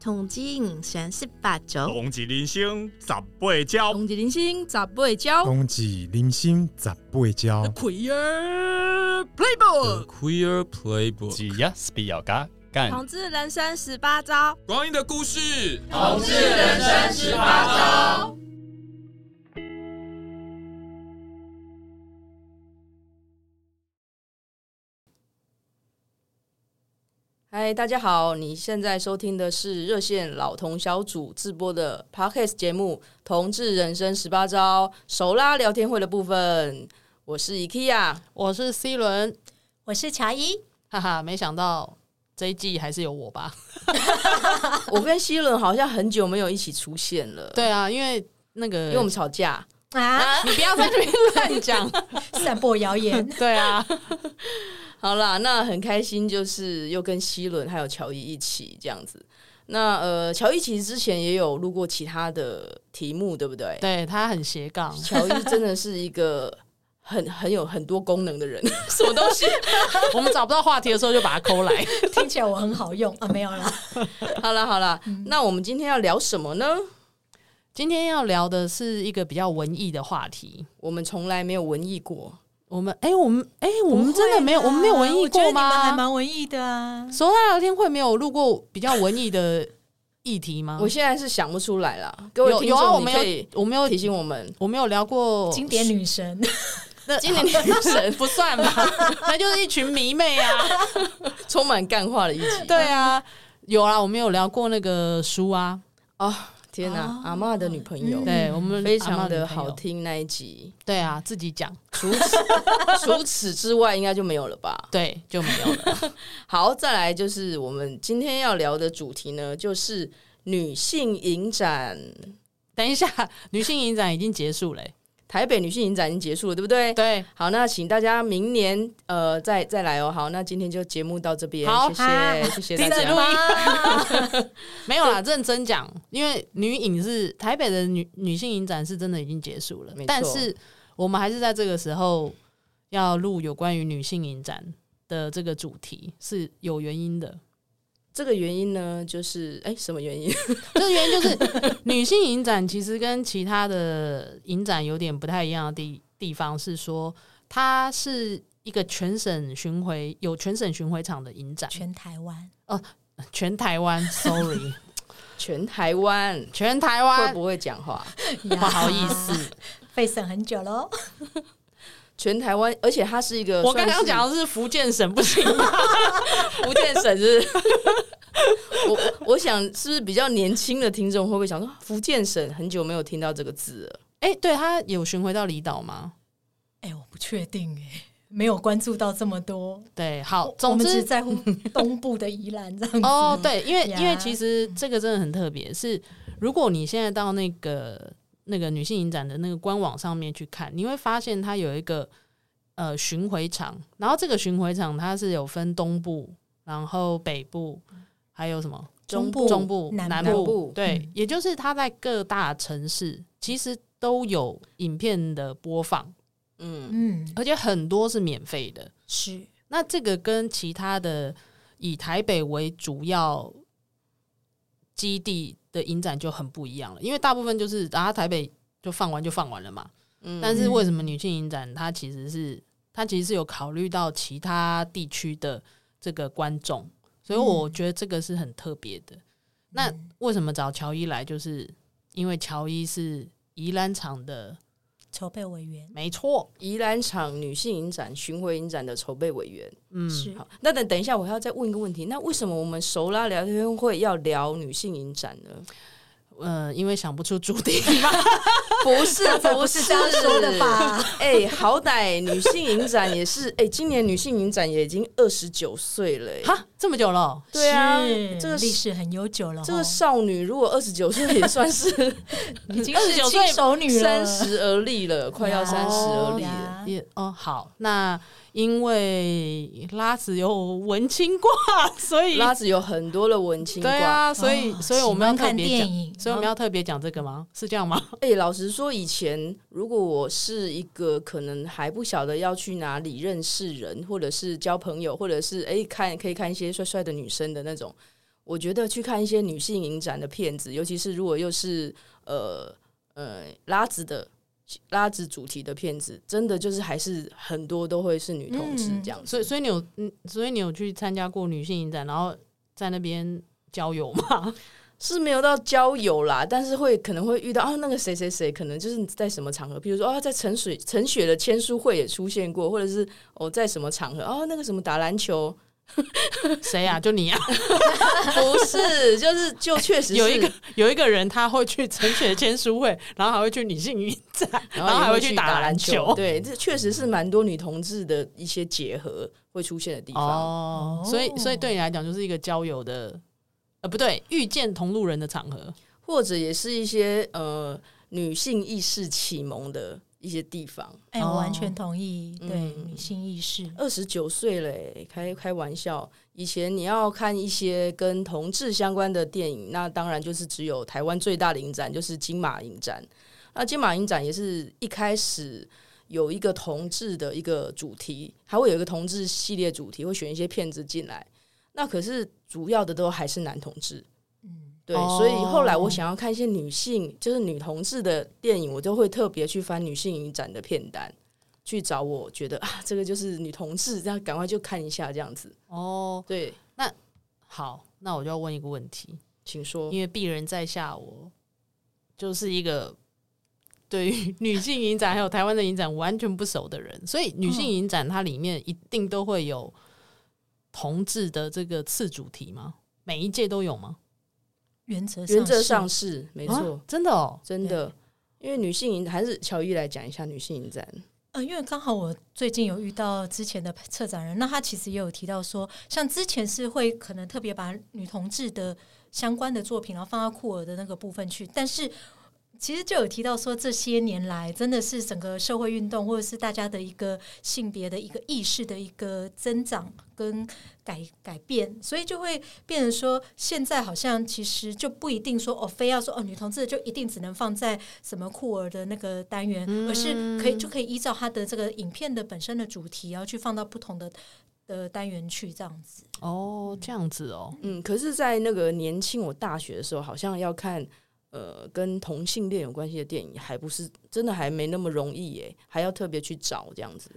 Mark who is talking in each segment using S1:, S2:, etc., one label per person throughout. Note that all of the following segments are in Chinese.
S1: 统计人生十八招，
S2: 同志人生十八招，
S3: 同一人生十八招，
S4: 冬季人生十八招，
S3: Queer Playbook，
S5: Queer Playbook，
S6: 只要是比较嘎干，
S1: 同志人生十八招。
S5: 光阴的故事。
S7: 同志人生十八招。
S3: 嗨，大家好，你现在收听的是热线老同小组直播的 Podcast 节目《同志人生十八招》手拉聊天会的部分，我是 IKEA，
S8: 我是 C 轮，
S1: 我是乔伊，
S8: 哈哈，没想到这一季还是有我吧？
S3: 我跟希伦好像很久没有一起出现了，，
S8: 对啊，因为那个，
S3: 因为我们吵架，
S7: 啊，
S8: 你不要在这边乱讲，
S7: 散播谣言，
S8: 对啊，
S3: 好啦，那很开心，就是又跟希伦还有乔伊一起这样子。那呃，乔伊其实之前也有录过其他的题目，对不对？
S8: 对他很斜 杠，
S3: 乔伊真的是一个很很有很多功能的人， 什么东西？
S8: 我们找不到话题的时候就把他抠来。
S7: 听起来我很好用啊，没有 啦。
S3: 好啦好啦，
S8: 嗯
S3: 那我们今天要聊什么呢？
S8: 今天要聊的是一个比较文艺的话题。
S3: 我们从来没有文艺过，
S8: 我们哎、我们哎、我们真的没有，我们没有文艺过
S7: 啊我觉得你们还
S8: 吗？
S7: 蛮文艺的啊。
S8: 手拉聊天会没有录过比较文艺的议题吗？
S3: 我现在是想不出来啦。各位
S8: 啊有
S3: 听
S8: 有啊，我
S3: 众，你
S8: 们
S3: 可以
S8: 有我们有
S3: 提醒我们，
S8: 我们有聊过
S7: 经典女神，
S8: 那
S3: 今年女神
S8: 不算吧，那就是一群迷妹啊。
S3: 充满干话的一集。
S8: 对啊，有啊，我们有聊过那个书啊，
S3: 哦，天哪，阿嬷的女朋友，
S7: 嗯
S8: 对我们
S3: 非
S8: 阿
S3: 常
S8: 嬷女
S3: 的
S8: 朋友
S3: 好，听那一集。
S8: 对啊，自己讲，
S3: 除此除此之外，应该就没有了吧？
S8: 对就没有 了。
S3: 好，再来就是我们今天要聊的主题呢，就是女性影展。
S8: 等一下，女性影展已经结束了欸、
S3: 台北女性影展已经结束了，对不对？
S8: 对，
S3: 好，那请大家明年呃再再来哦。好，那今天就节目到这边，
S8: 好
S3: 谢
S7: 啊
S3: 谢谢谢大
S8: 停
S3: 家
S8: 止录。没有啦，认真讲，因为女影是台北的女女性影展是真的已经结束了
S3: 没错，
S8: 但是我们还是在这个时候要录有关于女性影展的这个主题是有原因的。
S3: 这个原因呢，就是哎，什么原因？
S8: 这个原因就是女性影展其实跟其他的影展有点不太一样的地地方是说，它是一个全省巡回有全省巡回场的影展，全
S7: 全台湾
S8: 台湾，sorry，
S3: 全台湾
S8: 全台
S3: 会
S8: 湾。
S3: 不会讲话？
S7: 不
S8: 不好意， 思，
S7: 费省很久喽。
S3: 全台湾，而且它是一个
S8: 我刚
S3: 算
S8: 刚
S3: 是
S8: 讲的是福建省，不行吗？
S3: 福建省是 不是我我我想是不是比较年轻的听众会不会想说福建省很久没有听到这个字了？
S8: 哎、对他有巡回到离岛吗？
S7: 哎，我不确定哎，没有关注到这么多。
S8: 对，好
S7: 我，我
S8: 总
S7: 们只
S8: 之
S7: 在乎东部的宜兰这样子。
S8: 哦，对，因为
S7: 呀
S8: 因为其实这个真的很特别，是如果你现在到那个那个女性影展的那个官网上面去看，你会发现它有一个呃巡回场，然后这个巡回场它是有分东部，然后北部，还有什么
S7: 中部
S8: 中部、
S7: 南
S8: 南
S7: 部
S3: 部
S8: 对，
S7: 嗯
S8: 也就是它在各大城市其实都有影片的播放，
S3: 嗯，
S7: 嗯，
S8: 而且很多是免费的。
S7: 是
S8: 那这个跟其他的以台北为主要基地的影展就很不一样了，因为大部分就是啊台北就放完就放完了嘛。
S3: 嗯
S8: 但是为什么女性影展它其实是它其实是有考虑到其他地区的这个观众，所以我觉得这个是很特别的。那为什么找乔伊来，就是因为乔伊是宜兰场的，
S7: 筹备委员，
S8: 没错，
S3: 宜兰场女性影展巡回影展的筹备委员。
S8: 嗯，
S7: 是
S3: 好，那等等一下，我还要再问一个问题，那为什么我们熟拉聊天会要聊女性影展呢？
S8: 呃，因为想不出主题，
S3: 不是
S7: 刚，才不是这样说的吧？
S3: 哎、好歹女性影展也是，哎、今年女性影展也已经二十九岁了、哎
S8: 哈，这么久了哦，
S3: 对啊
S7: 是，
S3: 这个
S7: 历史哦很悠久了吼，
S3: 这个少女如果二十九岁也算是
S7: 已经
S8: 29
S7: 是
S8: 岁
S7: 新手女了，
S8: 啊
S3: 三十而立了，快要三十而立了。
S7: 呀
S8: 也哦好，那因为拉子有文青挂，所以
S3: 拉子有很多的文青挂，
S8: 对啊，所以、
S7: 哦
S8: 所以我们要
S7: 喜欢
S8: 特
S7: 看
S8: 别
S7: 电
S8: 讲，
S7: 影，
S8: 所以我们要特别讲这个吗？是这样吗？
S3: 哎、老实说，以前如果我是一个可能还不晓得要去哪里认识人，或者是交朋友，或者是哎、看可以看一些帅帅的女生的那种，我觉得去看一些女性影展的片子，尤其是如果又是呃呃拉子的拉子主题的片子，真的就是还是很多都会是女同志
S7: 嗯
S3: 这样子。
S8: 所以，所以你有，嗯，所以你有去参加过女性影展，然后在那边交友吗？
S3: 是没有到交友啦，但是会可能会遇到啊，那个谁谁谁，可能就是在什么场合，比如说啊，在陈水陈雪的签书会也出现过，或者是哦，在什么场合哦，那个什么打篮球，
S8: 谁呀、啊？就你啊？
S3: 不是，就是就确实是
S8: 有一个，有一个人他会去陈雪签书会，然后还会去女性影展，然后还
S3: 也
S8: 会
S3: 去
S8: 去打
S3: 篮
S8: 篮 球。
S3: 对，这确实是蛮多女同志的一些结合会出现的地方。
S8: 哦
S7: 哦，
S8: 所以所以对你来讲就是一个交友的，呃，不对，遇见同路人的场合。
S3: 或者也是一些呃女性意识启蒙的一些地方。
S7: 哎，
S8: 哦
S7: 我完全同意，对
S3: 嗯
S7: 女性意识，
S3: 二十九岁嘞、开开玩笑。以前你要看一些跟同志相关的电影，那当然就是只有台湾最大的影展，就是金马影展。那金马影展也是一开始有一个同志的一个主题，还会有一个同志系列主题，会选一些片子进来。那可是主要的都还是男同志，
S7: 嗯，
S3: 对，
S8: 哦
S3: 所以后来我想要看一些女性，就是女同志的电影，我就会特别去翻女性影展的片单，去找我觉得啊，这个就是女同志，这样赶快就看一下这样子。
S8: 哦，
S3: 对，
S8: 好，那我就要问一个问题，
S3: 请说。
S8: 因为鄙人在下我就是一个对于 女性影展还有台湾的影展完全不熟的人，所以女性影展它里面一定都会有同志的这个次主题吗？每一届都有吗？
S7: 原则
S3: 原则
S7: 是
S3: 上是没错，
S8: 啊真的哦，
S3: 真的。因为女性影还是乔伊来讲一下女性影展，
S7: 呃，因为刚好我最近有遇到之前的策展人，那他其实也有提到说，像之前是会可能特别把女同志的相关的作品，然后放到酷儿的那个部分去，但是。其实就有提到说，这些年来真的是整个社会运动，或者是大家的一个性别的一个意识的一个增长跟改改变，所以就会变成说，现在好像其实就不一定说哦，非要说哦，女同志就一定只能放在什么酷儿的那个单元，而是可以就可以依照它的这个影片的本身的主题，然后去放到不同的的单元去这样子。
S8: 哦，这样子哦，
S3: 嗯，可是，在那个年轻我大学的时候，好像要看呃跟同性恋有关系的电影，还不是真的还没那么容易耶，还要特别去找这样子。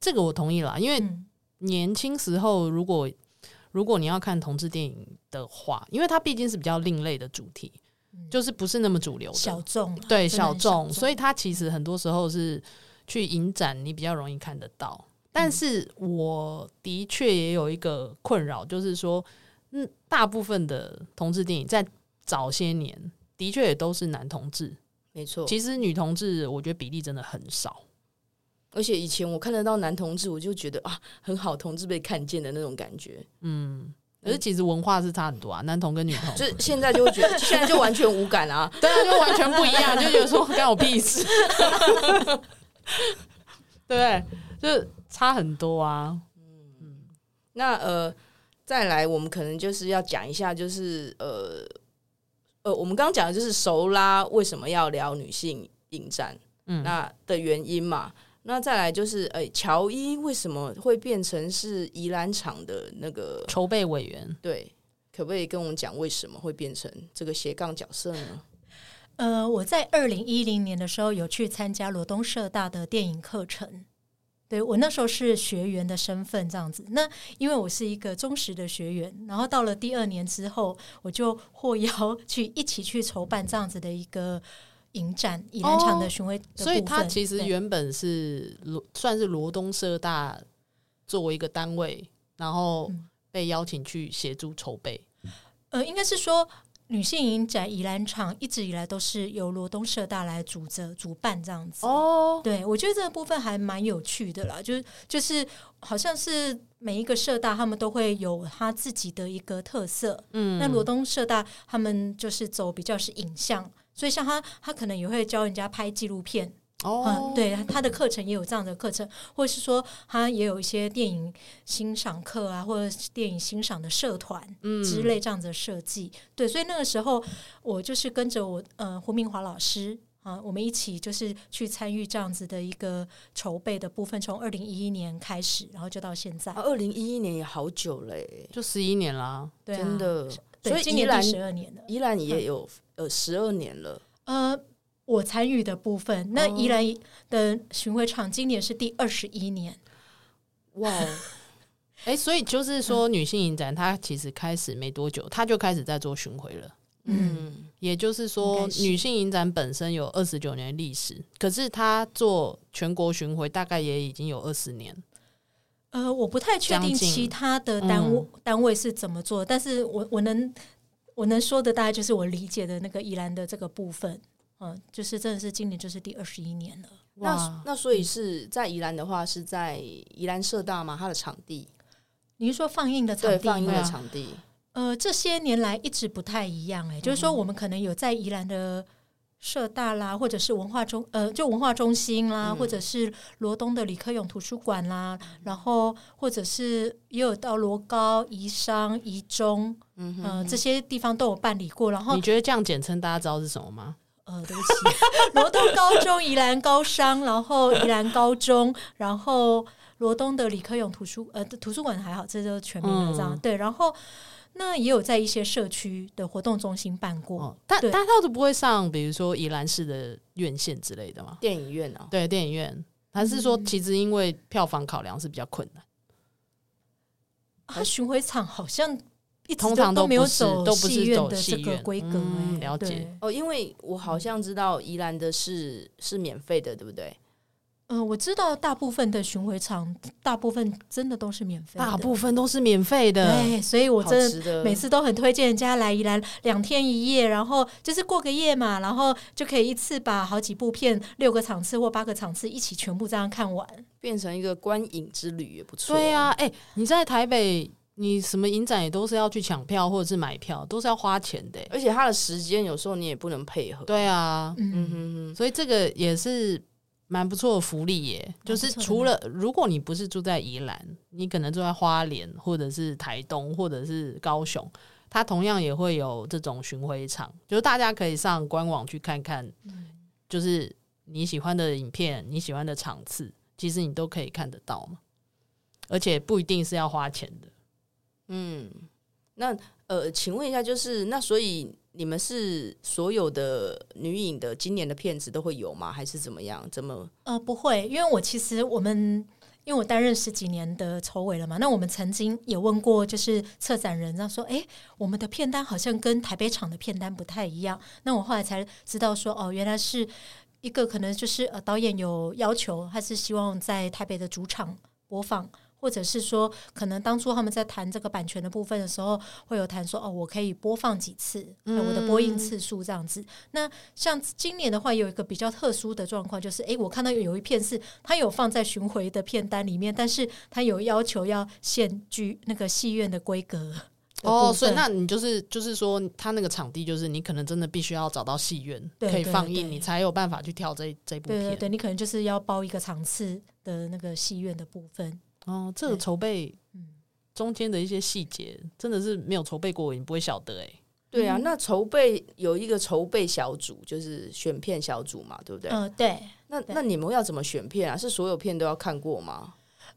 S8: 这个我同意啦，因为
S7: 嗯，
S8: 年轻时候如果如果你要看同志电影的话，因为它毕竟是比较另类的主题，
S7: 嗯
S8: 就是不是那么主流的
S7: 小众啊
S8: 对
S7: 真的
S8: 小
S7: 很
S8: 众，所以它其实很多时候是去影展你比较容易看得到。但是我的确也有一个困扰，就是说，嗯，大部分的同志电影在早些年的确也都是男同志，
S3: 没错，
S8: 其实女同志我觉得比例真的很少。
S3: 而且以前我看得到男同志，我就觉得啊，很好，同志被看见的那种感觉。
S8: 嗯，可是其实文化是差很多啊，男同跟女同。
S3: 就是现在就会觉得， 现在就完全无感啊。
S8: 对啊，就完全不一样，就觉得说干我屁事， 对不对？就是差很多啊。
S3: 嗯那呃，再来，我们可能就是要讲一下，就是呃呃，我们刚刚讲的就是熟拉为什么要聊女性影战，
S8: 嗯
S3: 那的原因嘛。那再来就是，哎、乔伊为什么会变成是宜兰场的那个？
S8: 筹备委员，
S3: 对，可不可以跟我们讲为什么会变成这个斜杠角色呢？
S7: 呃，我在二零一零年的时候有去参加罗东社大的电影课程。对我那时候是学员的身份这样子，那因为我是一个忠实的学员，然后到了第二年之后，我就获邀去一起去筹办这样子的一个影展，影展场的巡回的
S8: 哦
S7: 部分、
S8: 所以他其实
S7: 对
S8: 原本是罗算是罗东社大作为一个单位，然后
S7: 嗯
S8: 被邀请去协助筹备。
S7: 呃，应该是说女性影展宜兰场一直以来都是由罗东社大来主责主办这样子。
S8: 哦，
S7: 对，我觉得这个部分还蛮有趣的啦，就是就是好像是每一个社大他们都会有他自己的一个特色，
S8: 嗯
S7: 那罗东社大他们就是走比较是影像，所以像他他可能也会教人家拍纪录片，
S8: 哦
S7: 嗯，，对，他的课程也有这样的课程，或是说他也有一些电影欣赏课啊，或者是电影欣赏的社团
S8: 嗯
S7: 之类这样子的设计。对，所以那个时候我就是跟着我呃胡明华老师。啊，我们一起就是去参与这样子的一个筹备的部分，从二零一一年开
S3: 哦
S7: 始，然后就到现在，
S3: 啊，二零一一年也好久了、欸，
S8: 就十一年啦。
S7: 对啊
S3: 真的。
S7: 对
S3: 所以
S7: 今
S3: 宜
S7: 年
S3: 兰
S7: 第十二年了。
S3: 宜兰也有呃十二年了，
S7: 呃，我参与的部分，那
S3: 哦
S7: 宜兰的巡回场今年是第二十一年。
S3: 哇哦，
S8: 哎、所以就是说，
S7: 嗯
S8: 女性影展它其实开始没多久，它就开始在做巡回了。
S7: 嗯，
S3: 嗯，
S8: 也就是说
S7: 应，该是
S8: 女性影展本身有二十九年的历史，可是它做全国巡回大概也已经有二十年。
S7: 呃，我不太确定
S8: 将近
S7: 其他的单位、
S8: 嗯
S7: 单位是怎么做，但是我我能我能说的大概就是我理解的那个宜兰的这个部分，嗯、就是真的是今年就是第二十一年了。
S3: 那那所以是在宜兰的话，是在宜兰社大吗？它的场地，
S7: 你是说放映的场
S3: 对，
S7: 地
S3: 放映
S7: 吗
S3: 的
S8: 吗
S3: 场地，
S7: 呃，这些年来一直不太一样、哎、就是说
S3: 嗯
S7: 我们可能有在宜兰的社大啦，或者是文化中呃，就文化中心啦，
S3: 嗯
S7: 或者是罗东的李科勇图书馆啦，然后或者是也有到罗高、宜商、宜中，
S3: 嗯哼，
S7: 呃，这些地方都有办理过。然后
S8: 你觉得这样简称大家知道是什么吗？
S7: 呃，对不起，罗东高中、宜兰高商，然后宜兰高中，然后罗东的李科勇图书呃图书馆还好，这就是全名了这样、
S8: 嗯
S7: 对。然后那也有在一些社区的活动中心办过，
S8: 哦，但
S7: 对
S8: 但它都不会上，比如说宜兰市的院线之类的吗？
S3: 电影院啊，
S8: 对，电影院，还是
S7: 嗯
S8: 说其实因为票房考量是比较困难，
S7: 啊它巡回场好像一直
S8: 通常
S7: 都
S8: 都
S7: 没有
S8: 不是
S7: 走
S8: 都不是
S7: 戏院
S8: 走
S7: 的
S8: 戏
S7: 这个
S8: 院
S7: 规格、
S8: 嗯
S7: 哎
S8: 了解
S7: 对
S3: 哦，因为我好像知道宜兰的是是免费的，对不对？
S7: 呃，我知道大部分的巡回场，大部分真的都是免费的，
S8: 大部分都是免费的。
S7: 对，所以我真的
S3: 好值得
S7: 每次都很推荐人家来宜兰两天一夜，然后就是过个夜嘛，然后就可以一次把好几部片、六个场次或八个场次一起全部这样看完。
S3: 变成一个观影之旅也不错。
S8: 对啊，哎、你在台北，你什么影展也都是要去抢票或者是买票，都是要花钱的、欸
S3: 而且它的时间有时候你也不能配合。
S8: 对啊，
S3: 嗯
S7: 嗯，
S3: 哼哼，
S8: 所以这个也是蛮不错的福利耶。
S7: 蛮不
S8: 就
S7: 错
S8: 是
S7: 的
S8: 除了如果你不是住在宜兰，你可能住在花莲或者是台东或者是高雄，它同样也会有这种巡回场，就是大家可以上官网去看看，
S7: 嗯
S8: 就是你喜欢的影片、你喜欢的场次，其实你都可以看得到嘛。而且不一定是要花钱的，
S3: 嗯，那呃，请问一下，就是那所以你们是所有的女影的今年的片子都会有吗？还是怎么样？怎么？
S7: 呃，不会，因为我其实我们。因为我担任十几年的筹委了嘛，那我们曾经也问过，就是策展人，他说：“哎，我们的片单好像跟台北场的片单不太一样。”那我后来才知道说，哦，原来是一个可能就是呃导演有要求，他是希望在台北的主场播放，或者是说可能当初他们在谈这个版权的部分的时候，会有谈说哦，我可以播放几次，那我的播映次数这样子。那像今年的话，有一个比较特殊的状况，就是诶，我看到有一片是它有放在巡回的片单里面，但是它有要求要限居那个戏院的规格的部分。
S8: 哦，所以那你就是就是说，他那个场地就是你可能真的必须要找到戏院
S7: 对
S8: 可以
S7: 对
S8: 放映，
S7: 对
S8: 你才有办法去跳这这部
S7: 对
S8: 片。
S7: 对对，你可能就是要包一个场次的那个戏院的部分。
S8: 哦，这个
S7: 对
S8: 筹备
S7: 嗯
S8: 中间的一些细节，真的是没有筹备过，你不会晓得哎、
S3: 对
S7: 嗯
S3: 啊，那筹备有一个筹备小组，就是选片小组嘛，对不对？
S7: 嗯、对。
S3: 那
S7: 对
S3: 那你们要怎么选片啊？是所有片都要看过吗？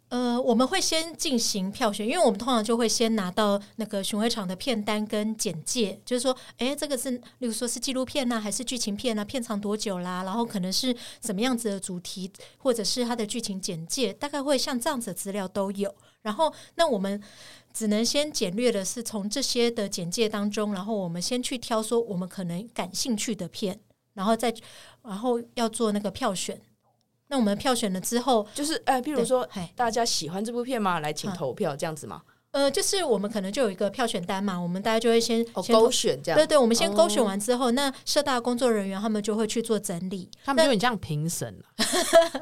S7: 呃，我们会先进行票选，因为我们通常就会先拿到那个巡回场的片单跟简介，就是说，诶，这个是，例如说是纪录片啊呐、还是剧情片呐、片长多久啦，然后可能是什么样子的主题，或者是它的剧情简介，大概会像这样子的资料都有。然后，那我们只能先简略的是从这些的简介当中，然后我们先去挑说我们可能感兴趣的片，然后再然后要做那个票选。那我们票选了之后，
S3: 就是哎、譬
S7: 比
S3: 如说
S7: 嗨。
S3: 大家喜欢这部片吗？来
S7: 嗯
S3: 请投票这样子吗？
S7: 呃，就是我们可能就有一个票选单嘛，我们大家就会先、
S3: 哦，
S7: 先
S3: 勾选这样。哦
S7: 对对，我们先勾选完之后，那社大工作人员他们就会去做整理。
S8: 他们就很像评审啊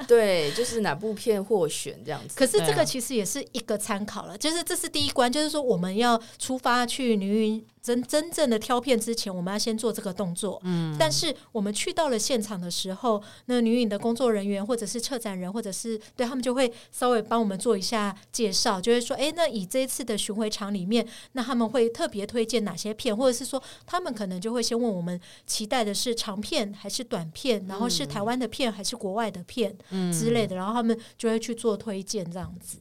S3: 对，就是哪部片获选这样子。
S7: 可是这
S8: 对
S7: 个
S8: 啊
S7: 其实也是一个参考了，就是这是第一关，就是说我们要出发去女云真真正的挑片之前，我们要先做这个动作。嗯，但是我们去到了现场的时候，那女影的工作人员或者是策展人，或者是对他们就会稍微帮我们做一下介绍，就会说，诶，那以这一次的巡回场里面，那他们会特别推荐哪些片，或者是说他们可能就会先问我们期待的是长片还是短片，然后是台
S3: 嗯
S7: 湾的片还是国外的片。之类的，然后他们就会去做推荐这样子。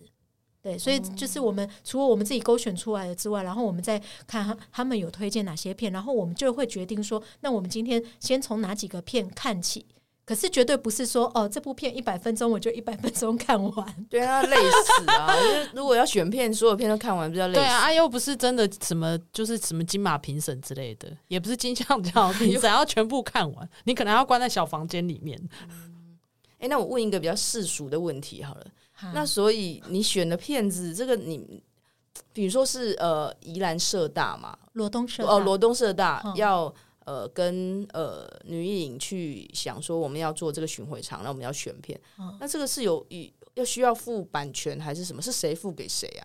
S7: 对，所以
S3: 哦
S7: 就是我们除了我们自己勾选出来的之外，然后我们再看他他们有推荐哪些片，然后我们就会决定说，那我们今天先从哪几个片看起。可是绝对不是说哦，这部片一百分钟我就一百分钟看完，
S3: 对啊，累死啊！因为如果要选片，所有片都看完，比较累死。
S8: 对啊，啊又不是真的什么，就是什么金马评审之类的，也不是金像奖评审，要全部看完，你可能要关在小房间里面。
S3: 哎、那我问一个比较世俗的问题好了。
S7: 嗯
S3: 那所以你选的片子，这个你，比如说是呃宜兰社大嘛，
S7: 罗东社
S3: 哦罗东社大、
S7: 嗯
S3: 要呃跟呃女艺影去想说我们要做这个巡回场，那我们要选片，
S7: 嗯
S3: 那这个是有以要需要付版权还是什么？是谁付给谁啊？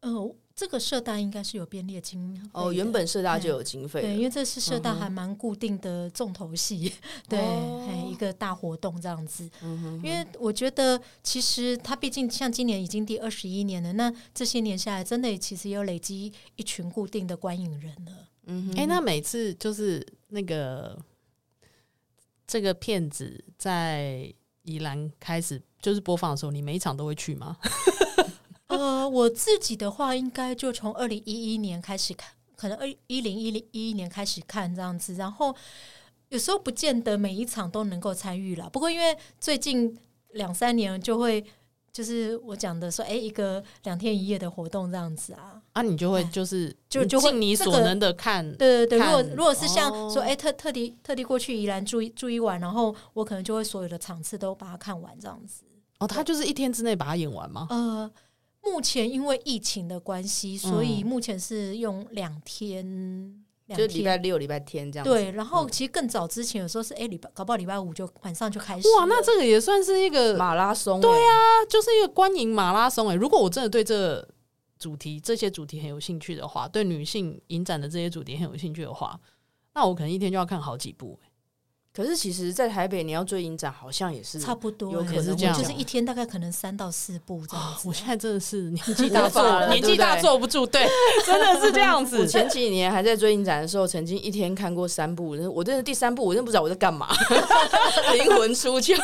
S7: 呃，这个社大应该是有编列经费
S3: 哦，
S7: 的
S3: 原本社大就有经费了，
S7: 对，因为这是社大
S3: 嗯哼
S7: 还蛮固定的重头戏，对，
S3: 哦
S7: 嘿一个大活动这样子。
S3: 嗯哼
S7: 因为我觉得，其实它毕竟像今年已经第二十一年了，那这些年下来，真的其实有累积一群固定的观影人了。
S3: 嗯哼
S8: 哎、那每次就是那个这个片子在宜兰开始就是播放的时候，你每一场都会去吗？
S7: 呃，我自己的话，应该就从二零一一年开始看，可能二一零一零一一年开始看这样子，然后有时候不见得每一场都能够参与啦。不过因为最近两三年就会。就是我讲的说，哎、一个两天一夜的活动这样子啊，
S8: 啊，你就会
S7: 哎
S8: 就是
S7: 就
S8: 你
S7: 就会
S8: 尽你
S7: 这
S8: 所
S7: 个
S8: 能的看，
S7: 对对对，如
S8: 看
S7: 果如果是像
S8: 哦
S7: 说，哎、特特地特地过去宜兰住一住一晚，然后我可能就会所有的场次都把它看完这样子。
S8: 哦，他就是一天之内把它演完吗？
S7: 呃，目前因为疫情的关系，所以
S8: 嗯
S7: 目前是用两天，两
S3: 就礼拜
S7: 天。
S3: 六、礼拜天这样子。
S7: 对，然
S8: 嗯
S7: 后其实更早之前有时候是哎礼拜，搞不好礼拜五就晚上就开始了。
S8: 哇，那这个也算是一个，
S3: 马拉松、对啊，
S8: 它就是一个观影马拉松哎、如果我真的对这主题这些主题很有兴趣的话，对女性影展的这些主题很有兴趣的话，那我可能一天就要看好几部、欸。
S3: 可是其实，在台北你要追影展，好像也是
S7: 差不多
S3: 有
S7: 哎
S3: 可能
S8: 是这样哦
S7: 就是一天大概可能三到四部这样子。
S8: 我现在真的是年纪大
S3: 无法了
S8: 坐，年纪大
S3: 对不对
S8: 坐不住，对，真的是这样
S3: 我
S8: 子。
S3: 前几年还在追影展的时候，曾经一天看过三部，我真的第三部我真的不知道我在干嘛， 灵魂出窍，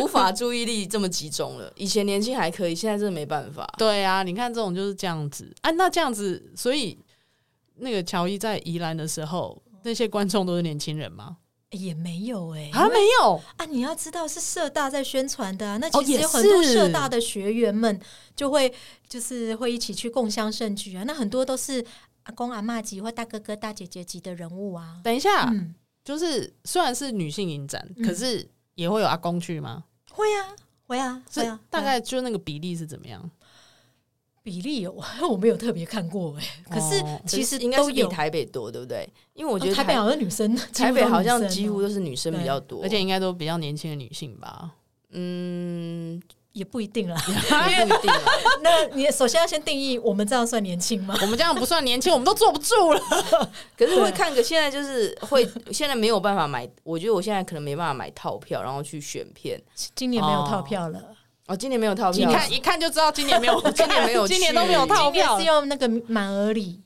S3: 无法注意力这么集中了。以前年轻还可以，现在真的没办法。
S8: 对啊，你看这种就是这样子。啊，那这样子，所以那个乔伊在宜兰的时候，那些观众都是年轻人吗？
S7: 哎也没有哎、
S8: 啊，没有，
S7: 啊，你要知道是社大在宣传的、啊，那
S8: 哦
S7: 其
S8: 也
S7: 实有很多
S8: 是
S7: 社大的学员们就会、就是会一起去共襄盛举啊，那很多都是阿公阿嬷级或大哥哥大姐姐级的人物啊。
S8: 等一下，
S7: 嗯，
S8: 就是虽然是女性影展，
S7: 嗯
S8: 可是也会有阿公去吗？
S7: 会啊，会啊，会
S8: 是
S7: 啊，
S8: 大
S7: 会啊
S8: 概就那个比例是怎么样？
S7: 比例有， 我没有特别看过哎、可是
S8: 哦
S7: 其实
S3: 应该
S7: 都
S3: 是比
S7: 有。
S3: 台北多，对不对？因为我
S7: 我
S3: 觉得
S7: 台北好像女生，几乎
S3: 台
S7: 都
S3: 北好
S7: 女
S3: 像
S7: 生
S3: 几乎
S7: 哦
S3: 都是女生比较多，
S8: 而且应该都比较年轻的女性吧？
S3: 嗯，
S7: 也不一定啦。
S3: 也不一定啊。
S7: 那你首先要先定义，我们这样算年轻 吗？
S8: 我们这样不算年轻，我们都坐不住了。
S3: 可是会看个，现在就是会，现在没有办法买，我觉得我现在可能没办法买套票，然后去选片。
S7: 今年没有套
S8: 哦
S7: 票了，
S3: 哦，今年没有套
S8: 你
S3: 票，
S8: 看一看就知道今年没有看，
S3: 今年没有去
S8: 今年都没有套
S7: 今年
S8: 票
S7: 是。用那个满额礼，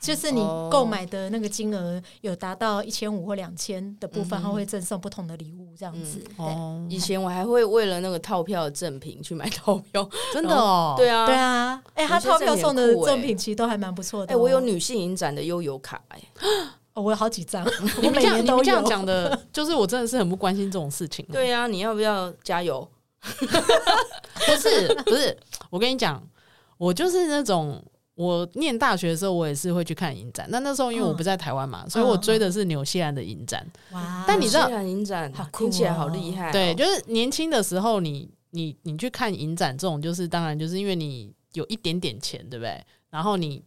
S7: 就是你
S3: 哦
S7: 购买的那个金额有达到一千五或两千的部分，
S3: 嗯哼嗯
S7: 它会赠送不同的礼物，这样子。对
S8: 哦，
S3: 以前我还会为了那个套票的赠品去买套票，
S8: 真的哦，
S3: 对啊，
S7: 对。啊，哎，
S3: 我
S7: 他
S3: 觉得
S7: 套
S3: 这
S7: 票
S3: 点
S7: 送的
S3: 酷哎
S7: 赠品其实都还蛮不错
S3: 哎、
S7: 的哦。
S3: 我有女性影展的悠游卡、哎，
S7: 哦，我有好几 张，
S8: 你
S7: 我
S8: 们
S7: 每
S8: 这样
S7: 年
S8: 你
S7: 都
S8: 们这样
S7: 有。
S8: 讲的，就是我真的是很不关心这种事情。
S3: 对啊，你要不要加油？
S8: 不是不是，我跟你讲，我就是那种我念大学的时候，我也是会去看影展。那那时候因为我不在台湾嘛，所以我追的是纽西兰的影展。
S7: 哇
S8: 但你知道
S3: 纽西兰影展
S7: 好酷
S3: 听起来好
S7: 哦
S3: 厉害哦、
S8: 对，就是年轻的时候你，你你去看影展这种，就是当然就是因为你有一点点钱，对不对？然后你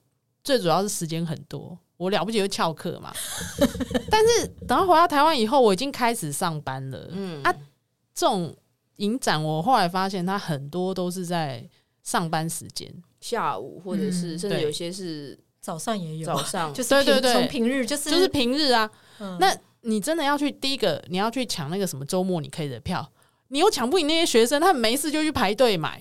S8: 最主要是时间很多，我了不起就翘课嘛。 但是等到回到台湾以后，我已经开始上班了。
S3: 嗯
S8: 啊这种影展，我后来发现它很多都是在上班时间。
S3: 下午或者是、甚
S7: 嗯
S3: 至
S8: 对
S3: 有些是
S7: 早上也有啊
S3: 早，上，
S7: 就是
S8: 对对
S7: 平
S8: 对
S7: 从平日就是
S8: 就是平日啊。
S7: 嗯
S8: 那你真的要去第一个，你要去抢那个什么周末你可以的票，你又抢不赢那些学生，他们没事就去排队买。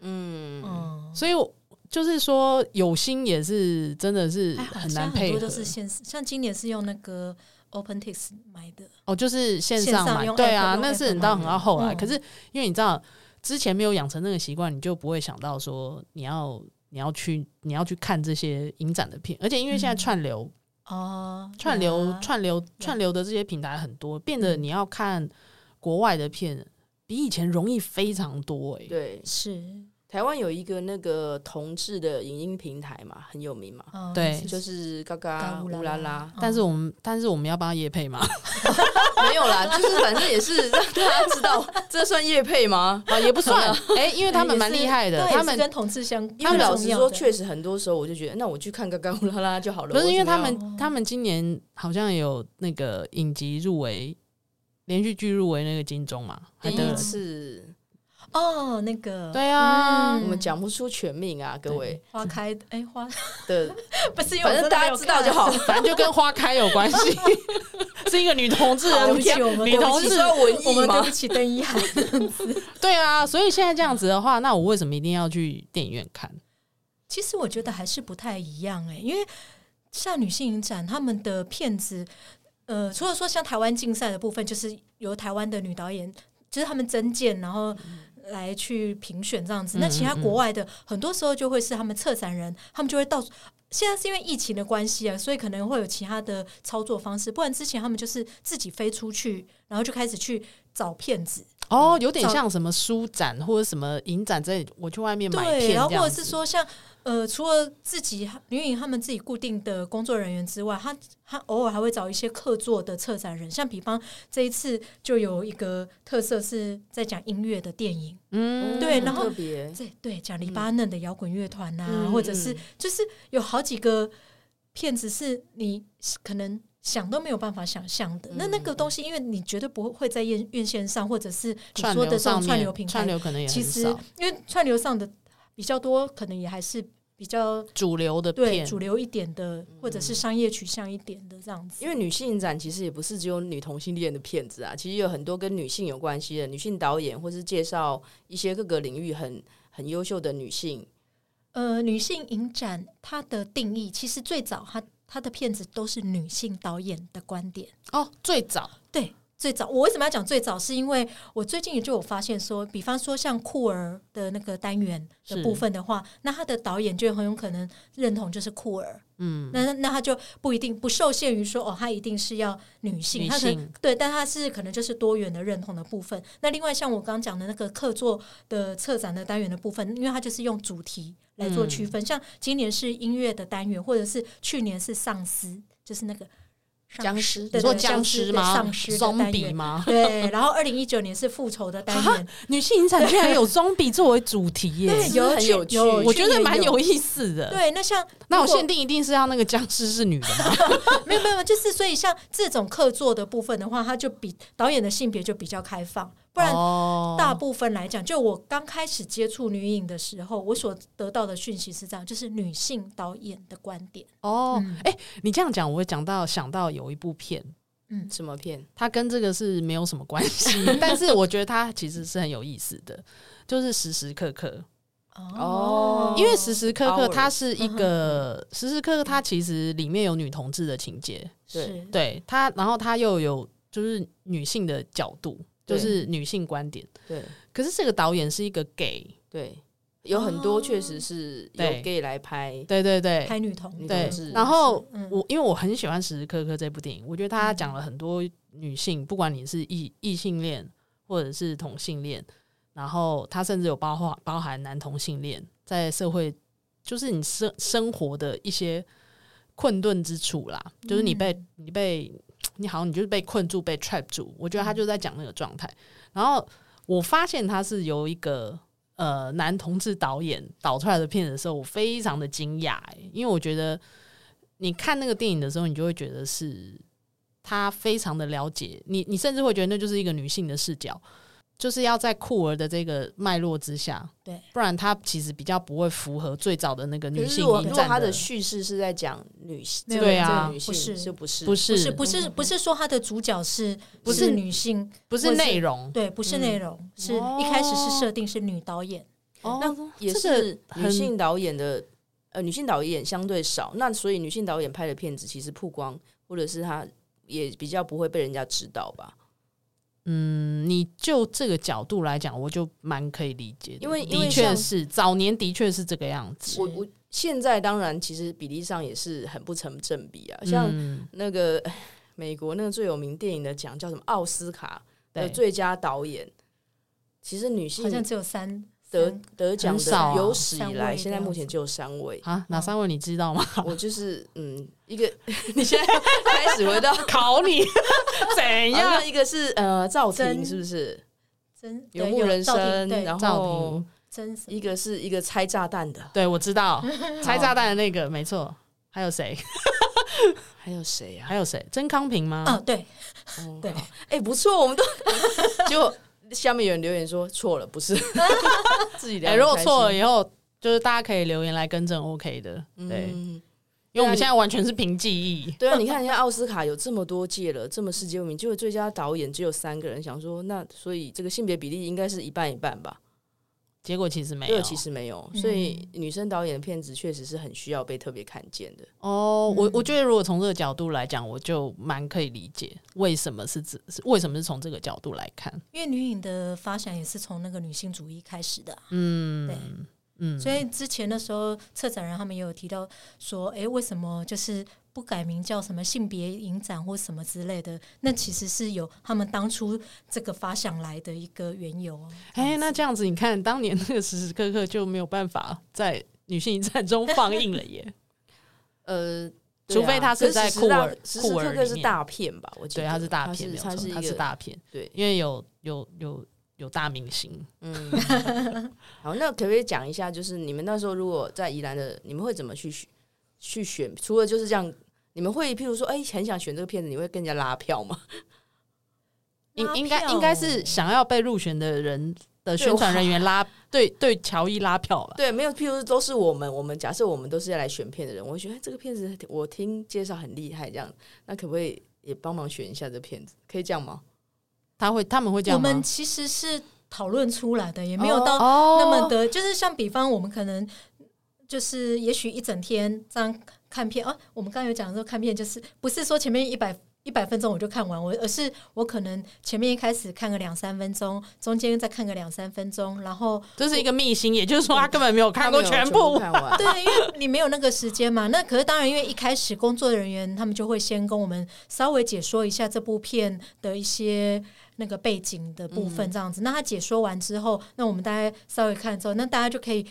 S3: 嗯，
S7: 嗯，
S8: 所以我就是说，有心也是真的是
S7: 哎好
S8: 很
S7: 像
S8: 难
S7: 很
S8: 配
S7: 多
S8: 合
S7: 都是现像今年是用那个 OpenTix 买的，
S8: 哦，就是线
S7: 线
S8: 上
S7: 上
S8: 买
S7: 用
S8: 对
S7: app，
S8: 啊，
S7: 用
S8: 那
S7: app
S8: 是你到很
S7: 买
S8: 到后来，
S7: 嗯
S8: 可是因为你知道。之前没有养成那个习惯，你就不会想到说你要你要去你要去看这些影展的片，而且因为现在
S7: 嗯啊
S8: 串流、
S7: 哦，
S8: 串流
S7: 呀、
S8: 串流、串流的这些平台很多，变得
S7: 嗯
S8: 你要看国外的片比以前容易非常多、欸。
S3: 对，
S7: 是，
S3: 台湾有一个那个同志的影音平台嘛，很有名嘛，
S7: 哦
S8: 对啊
S3: 就是嘎
S7: 嘎
S3: 嘎
S7: 乌
S3: 乌
S7: 拉嗯
S3: 拉
S7: 拉
S3: 拉，
S8: 但是我们但是我们要帮他夜配嘛？
S3: 没有啦，就是反正也是让大家知道， 这算业配吗？
S8: 啊，也不算。 哎、因为他们蛮厉害的，
S7: 他
S8: 他们
S7: 跟同志相，
S3: 因为老
S7: 重
S3: 实
S7: 要
S3: 说，
S7: 的
S3: 确实很多时候我就觉得，那我去看嘎嘎乌拉拉就好了。
S8: 不是因为
S3: 为什么
S8: 他
S3: 要
S8: 们他们今年好像有那个影集入围，连续剧入围那个金钟嘛，还
S3: 第
S8: 得
S3: 一
S8: 了。
S3: 次，嗯
S7: 哦，那个
S8: 对啊，
S7: 嗯
S3: 我们讲不出全名啊，各位
S7: 花开的，哎，花
S3: 的，
S7: 不是，因为
S3: 反正
S7: 我真的
S3: 大
S7: 没
S3: 家
S7: 有
S3: 知道
S7: 看
S3: 就好。
S8: 反正就跟花开有关系， 是一个女同志
S7: 好
S8: 的
S7: 对不起
S8: 片
S7: 我们
S8: 女同
S3: 是
S8: 志
S3: 要文
S7: 我
S3: 艺
S7: 们对
S3: 吗
S7: 不？起邓一涵，
S8: 对啊，所以现在这样子的话，那我为什么一定要去电影院看？
S7: 其实我觉得还是不太一样哎、因为像女性影展他们的片子，呃，除了说像台湾竞赛的部分，就是由台湾的女导演，就是他们增建，然后来去评选这样子。那其他国外的很多时候就会是他们策展人，他们就会到。现在是因为疫情的关系啊，所以可能会有其他的操作方式，不然之前他们就是自己飞出去，然后就开始去找骗子，
S8: 哦，有点像什么书展或者什么影展之类，我去外面买片
S7: 对，
S8: 这
S7: 然
S8: 样
S7: 后
S8: 子，
S7: 或者是说像呃，除了自己女影他们自己固定的工作人员之外，他他偶尔还会找一些客座的策展人，像比方这一次就有一个特色是在讲音乐的电影，
S8: 嗯，
S7: 对然后
S3: 特别
S7: 对对，讲黎巴嫩的摇滚乐团呐，
S3: 嗯
S7: 或者是
S3: 嗯
S7: 就是有好几个片子是你可能。想都没有办法想象的，
S8: 嗯
S7: 那那个东西，因为你绝对不会在院院线上，或者是你
S8: 串
S7: 说的
S8: 流
S7: 这种
S8: 上
S7: 串
S8: 面
S7: 流平台
S8: 串流可能也
S7: 其
S8: 很
S7: 实
S8: 少，
S7: 因为串流上的比较多，可能也还是比较
S8: 主流的
S7: 对
S8: 片，嗯
S7: 主流一点的，或者是商业取向一点的这样子。
S3: 因为女性展其实也不是只有女同性恋的片子啊，其实有很多跟女性有关系的女性导演，或是介绍一些各个领域很很优秀的女性。
S7: 呃，女性影展它的定义，其实最早它它的片子都是女性导演的观点。
S8: 哦，最早
S7: 对，最早我为什么要讲最早？是因为我最近也就有发现说，比方说像酷儿的那个单元的
S8: 是
S7: 部分的话，那他的导演就很有可能认同就是酷儿，嗯，那那他就不一定不受限于说哦，他一定是要女性，
S8: 女
S7: 他可能
S8: 性
S7: 对，但他是可能就是多元的认同的部分。那另外像我刚讲的那个客座的策展的单元的部分，因为它就是用主题来做
S8: 嗯
S7: 区分，像今年是音乐的单元，或者是去年是丧尸，就是 那个。
S3: 僵尸
S7: 对
S8: 你说
S7: 对
S8: 僵尸吗？
S7: 丧尸的单
S8: 装
S7: 元
S8: 比吗？
S7: 对，然后二零一九年是复仇的单元，
S8: 女性影展居然有装比作为主题
S7: 对，
S3: 是不
S8: 耶，
S3: 是
S7: 有
S3: 很
S7: 去
S3: 有趣
S7: 有
S8: 我
S7: 去
S8: 觉得
S7: 年
S8: 蛮有。
S7: 有
S8: 意思的。
S7: 对，那像
S8: 那我
S7: 如果
S8: 限定一定是要那个僵尸是女的 吗？
S7: 没有没有，没有就是所以像这种客座的部分的话，它就比导演的性别就比较开放，不然
S8: 哦
S7: 大部分来讲，就我刚开始接触女影的时候，我所得到的讯息是这样，就是女性导演的观点，
S8: 哦
S7: 嗯，
S8: 哎、你这样讲，我会讲到想到有一部片，
S7: 嗯，
S3: 什么片？
S8: 它跟这个是没有什么关 系，但是我觉得它其实是很有意思的，就是时时刻刻，
S3: 哦
S8: 因为时时刻刻
S3: Hours
S8: 它是一个时时刻刻，它其实里面有女同志的情节，
S3: 对
S7: 是
S8: 对它，然后它又有就是女性的角度，就
S3: 对
S8: 是女性观点。
S3: 对
S8: 可是这个导演是一个 gay，
S3: 对，有很多确
S7: 哦
S3: 实是由
S8: 对
S3: gay 来拍。
S8: 对对对，
S7: 拍女同
S3: 女
S8: 对
S3: 同志
S8: 然后
S7: 嗯
S8: 我因为我很喜欢《时时刻刻》这部电影，我觉得他讲了很多女性，不管你是异异性恋或者是同性恋，然后他甚至有包括包含男同性恋在社会，就是你生生活的一些困顿之处啦，就是你被、你被你好像你就是被困住、被 trap 住。我觉得他就在讲那个状态。然后我发现他是由一个呃男同志导演导出来的片的时候，我非常的惊讶、欸，因为我觉得你看那个电影的时候，你就会觉得是他非常的了解你，你甚至会觉得那就是一个女性的视角，就是要在酷儿的这个脉络之下，
S7: 对，
S8: 不然他其实比较不会符合最早的那个
S3: 可
S8: 女
S3: 是
S8: 性
S3: 如果如
S8: 影
S3: 果
S8: 展
S3: 他的叙事是在讲女性，
S7: 没有
S8: 对啊
S3: 这个女
S7: 不是
S3: 性就不是嗯
S8: 不
S7: 不是
S8: 是
S7: 不是不是说它的主角是
S8: 不
S7: 是
S8: 是
S7: 女性，
S8: 不是内容
S7: 对，
S3: 嗯
S7: 不是内容，是
S3: 哦
S7: 一开始是设定是女导演，
S8: 哦
S3: 那也
S8: 这
S3: 是
S8: 个
S3: 女
S8: 很
S3: 性导演的，呃，女性导演相对少，那所以女性导演拍的片子其实曝光，或者是她也比较不会被人家知道吧？
S8: 嗯，你就这个角度来讲，我就蛮可以理解的，
S3: 因为因为
S8: 的确
S3: 像
S8: 是早年的确是这个样子，
S3: 我我现在当然其实比例上也是很不成正比啊，像
S8: 嗯
S3: 那个唉美国那个最有名电影的奖叫什么奥斯卡的
S8: 对
S3: 最佳导演，其实女性
S7: 好像只有三
S3: 得
S7: 三
S3: 得奖
S8: 很少
S3: 的
S8: 啊
S3: 有史
S7: 三
S3: 以
S7: 位
S3: 来，
S7: 的
S3: 现在
S7: 样
S3: 目
S7: 子
S3: 前只有三位。
S8: 啊哪三位你 知道吗？
S3: 我就是嗯，一个 你现在开始回 到
S8: 考你怎
S3: 一
S8: 样？
S3: 样，一个是呃赵婷
S7: 真
S3: 是不是
S7: 真
S3: 游
S7: 对
S3: 牧人
S7: 赵婷
S3: 生，
S7: 对
S3: 然
S8: 赵
S3: 后
S8: 婷，
S7: 真什么
S3: 一个是一个拆炸弹的，
S8: 对我 知道拆炸弹的那个没错，还有谁？
S3: 还有谁啊？
S8: 还有谁？曾康平吗？
S3: 嗯
S7: 啊，对，
S3: 哦
S7: 对
S3: 好哎不错，我们都 就下面有人留言说错了，不 是自己聊
S8: 哎、
S3: 得
S8: 如果
S3: 开
S8: 错了
S3: 心
S8: 以后，就是大家可以留言来更正，OK 的。对，
S3: 嗯
S8: 因为我们现在完全是凭记忆。
S3: 对啊，你看人家奥斯卡有这么多届了，这么世界闻名，结果最佳导演只有三个人，想说那所以这个性别比例应该是一半一半吧？
S8: 结果其实没
S3: 这
S8: 有。
S3: 个其实没有，
S7: 嗯
S3: 所以女生导演的片子确实是很需要被特别看见的。
S8: 哦，
S7: 嗯
S8: 我我觉得如果从这个角度来讲，我就蛮可以理解为什么是这是为什么是从这个角度来看。
S7: 因为女影的发展也是从那个女性主义开始的啊、对
S8: 嗯嗯，
S7: 所以之前的时候，策展人他们也有提到说，诶，为什么就是不改名叫什么性别影展或什么之类的？那其实是有他们当初这个发想来的一个缘由啊。
S8: 哎、那这样子，你看当年那个时时刻刻就没有办法在女性影展中放映了耶。
S3: 呃，对啊
S8: 除非它是在库尔
S3: 可是时时
S8: 库
S3: 刻
S8: 尔 里
S3: 刻是
S8: 面
S3: 大片吧？我记得
S8: 对，它是大片，没有
S3: 它
S8: 错
S3: 是，
S8: 它
S3: 一
S8: 是
S3: 个
S8: 大片，
S3: 对，
S8: 因为有有有有大明星。
S3: 嗯。好，那可不可以讲一下，就是你们那时候如果在宜兰的，你们会怎么去选去选？除了就是这样，你们会譬如说，哎、很想选这个片子，你会跟人家拉票吗？
S8: 应
S7: 拉
S8: 应该
S7: 票
S8: 应该是想要被入选的人的宣传人员拉对对乔伊拉票吧？
S3: 对，没有，譬如都是我们，我们假设我们都是要来选片的人，我会觉得哎这个片子我听介绍很厉害，这样，那可不可以也帮忙选一下这片子？可以这样吗？
S8: 他会他们会这
S7: 我
S8: 样
S7: 们
S8: 吗？
S7: 其实是讨论出来的，也没有到
S8: 哦
S7: 那么的，就是像比方我们可能就是也许一整天这样看片啊，我们刚刚有讲说看片就是不是说前面一百。一百分钟我就看完，我而是我可能前面一开始看个两三分钟，中间再看个两三分钟，然后
S8: 这是一个秘辛，也就是说他根本没有看过
S3: 他没有
S8: 全
S3: 全
S8: 部。
S3: 看 完，
S7: 对，因为你没有那个时间嘛。那可是当然，因为一开始工作人员他们就会先跟我们稍微解说一下这部片的一些那个背景的部
S8: 嗯
S7: 分，这样子。那他解说完之后，那我们大家稍微看之后，那大家就可以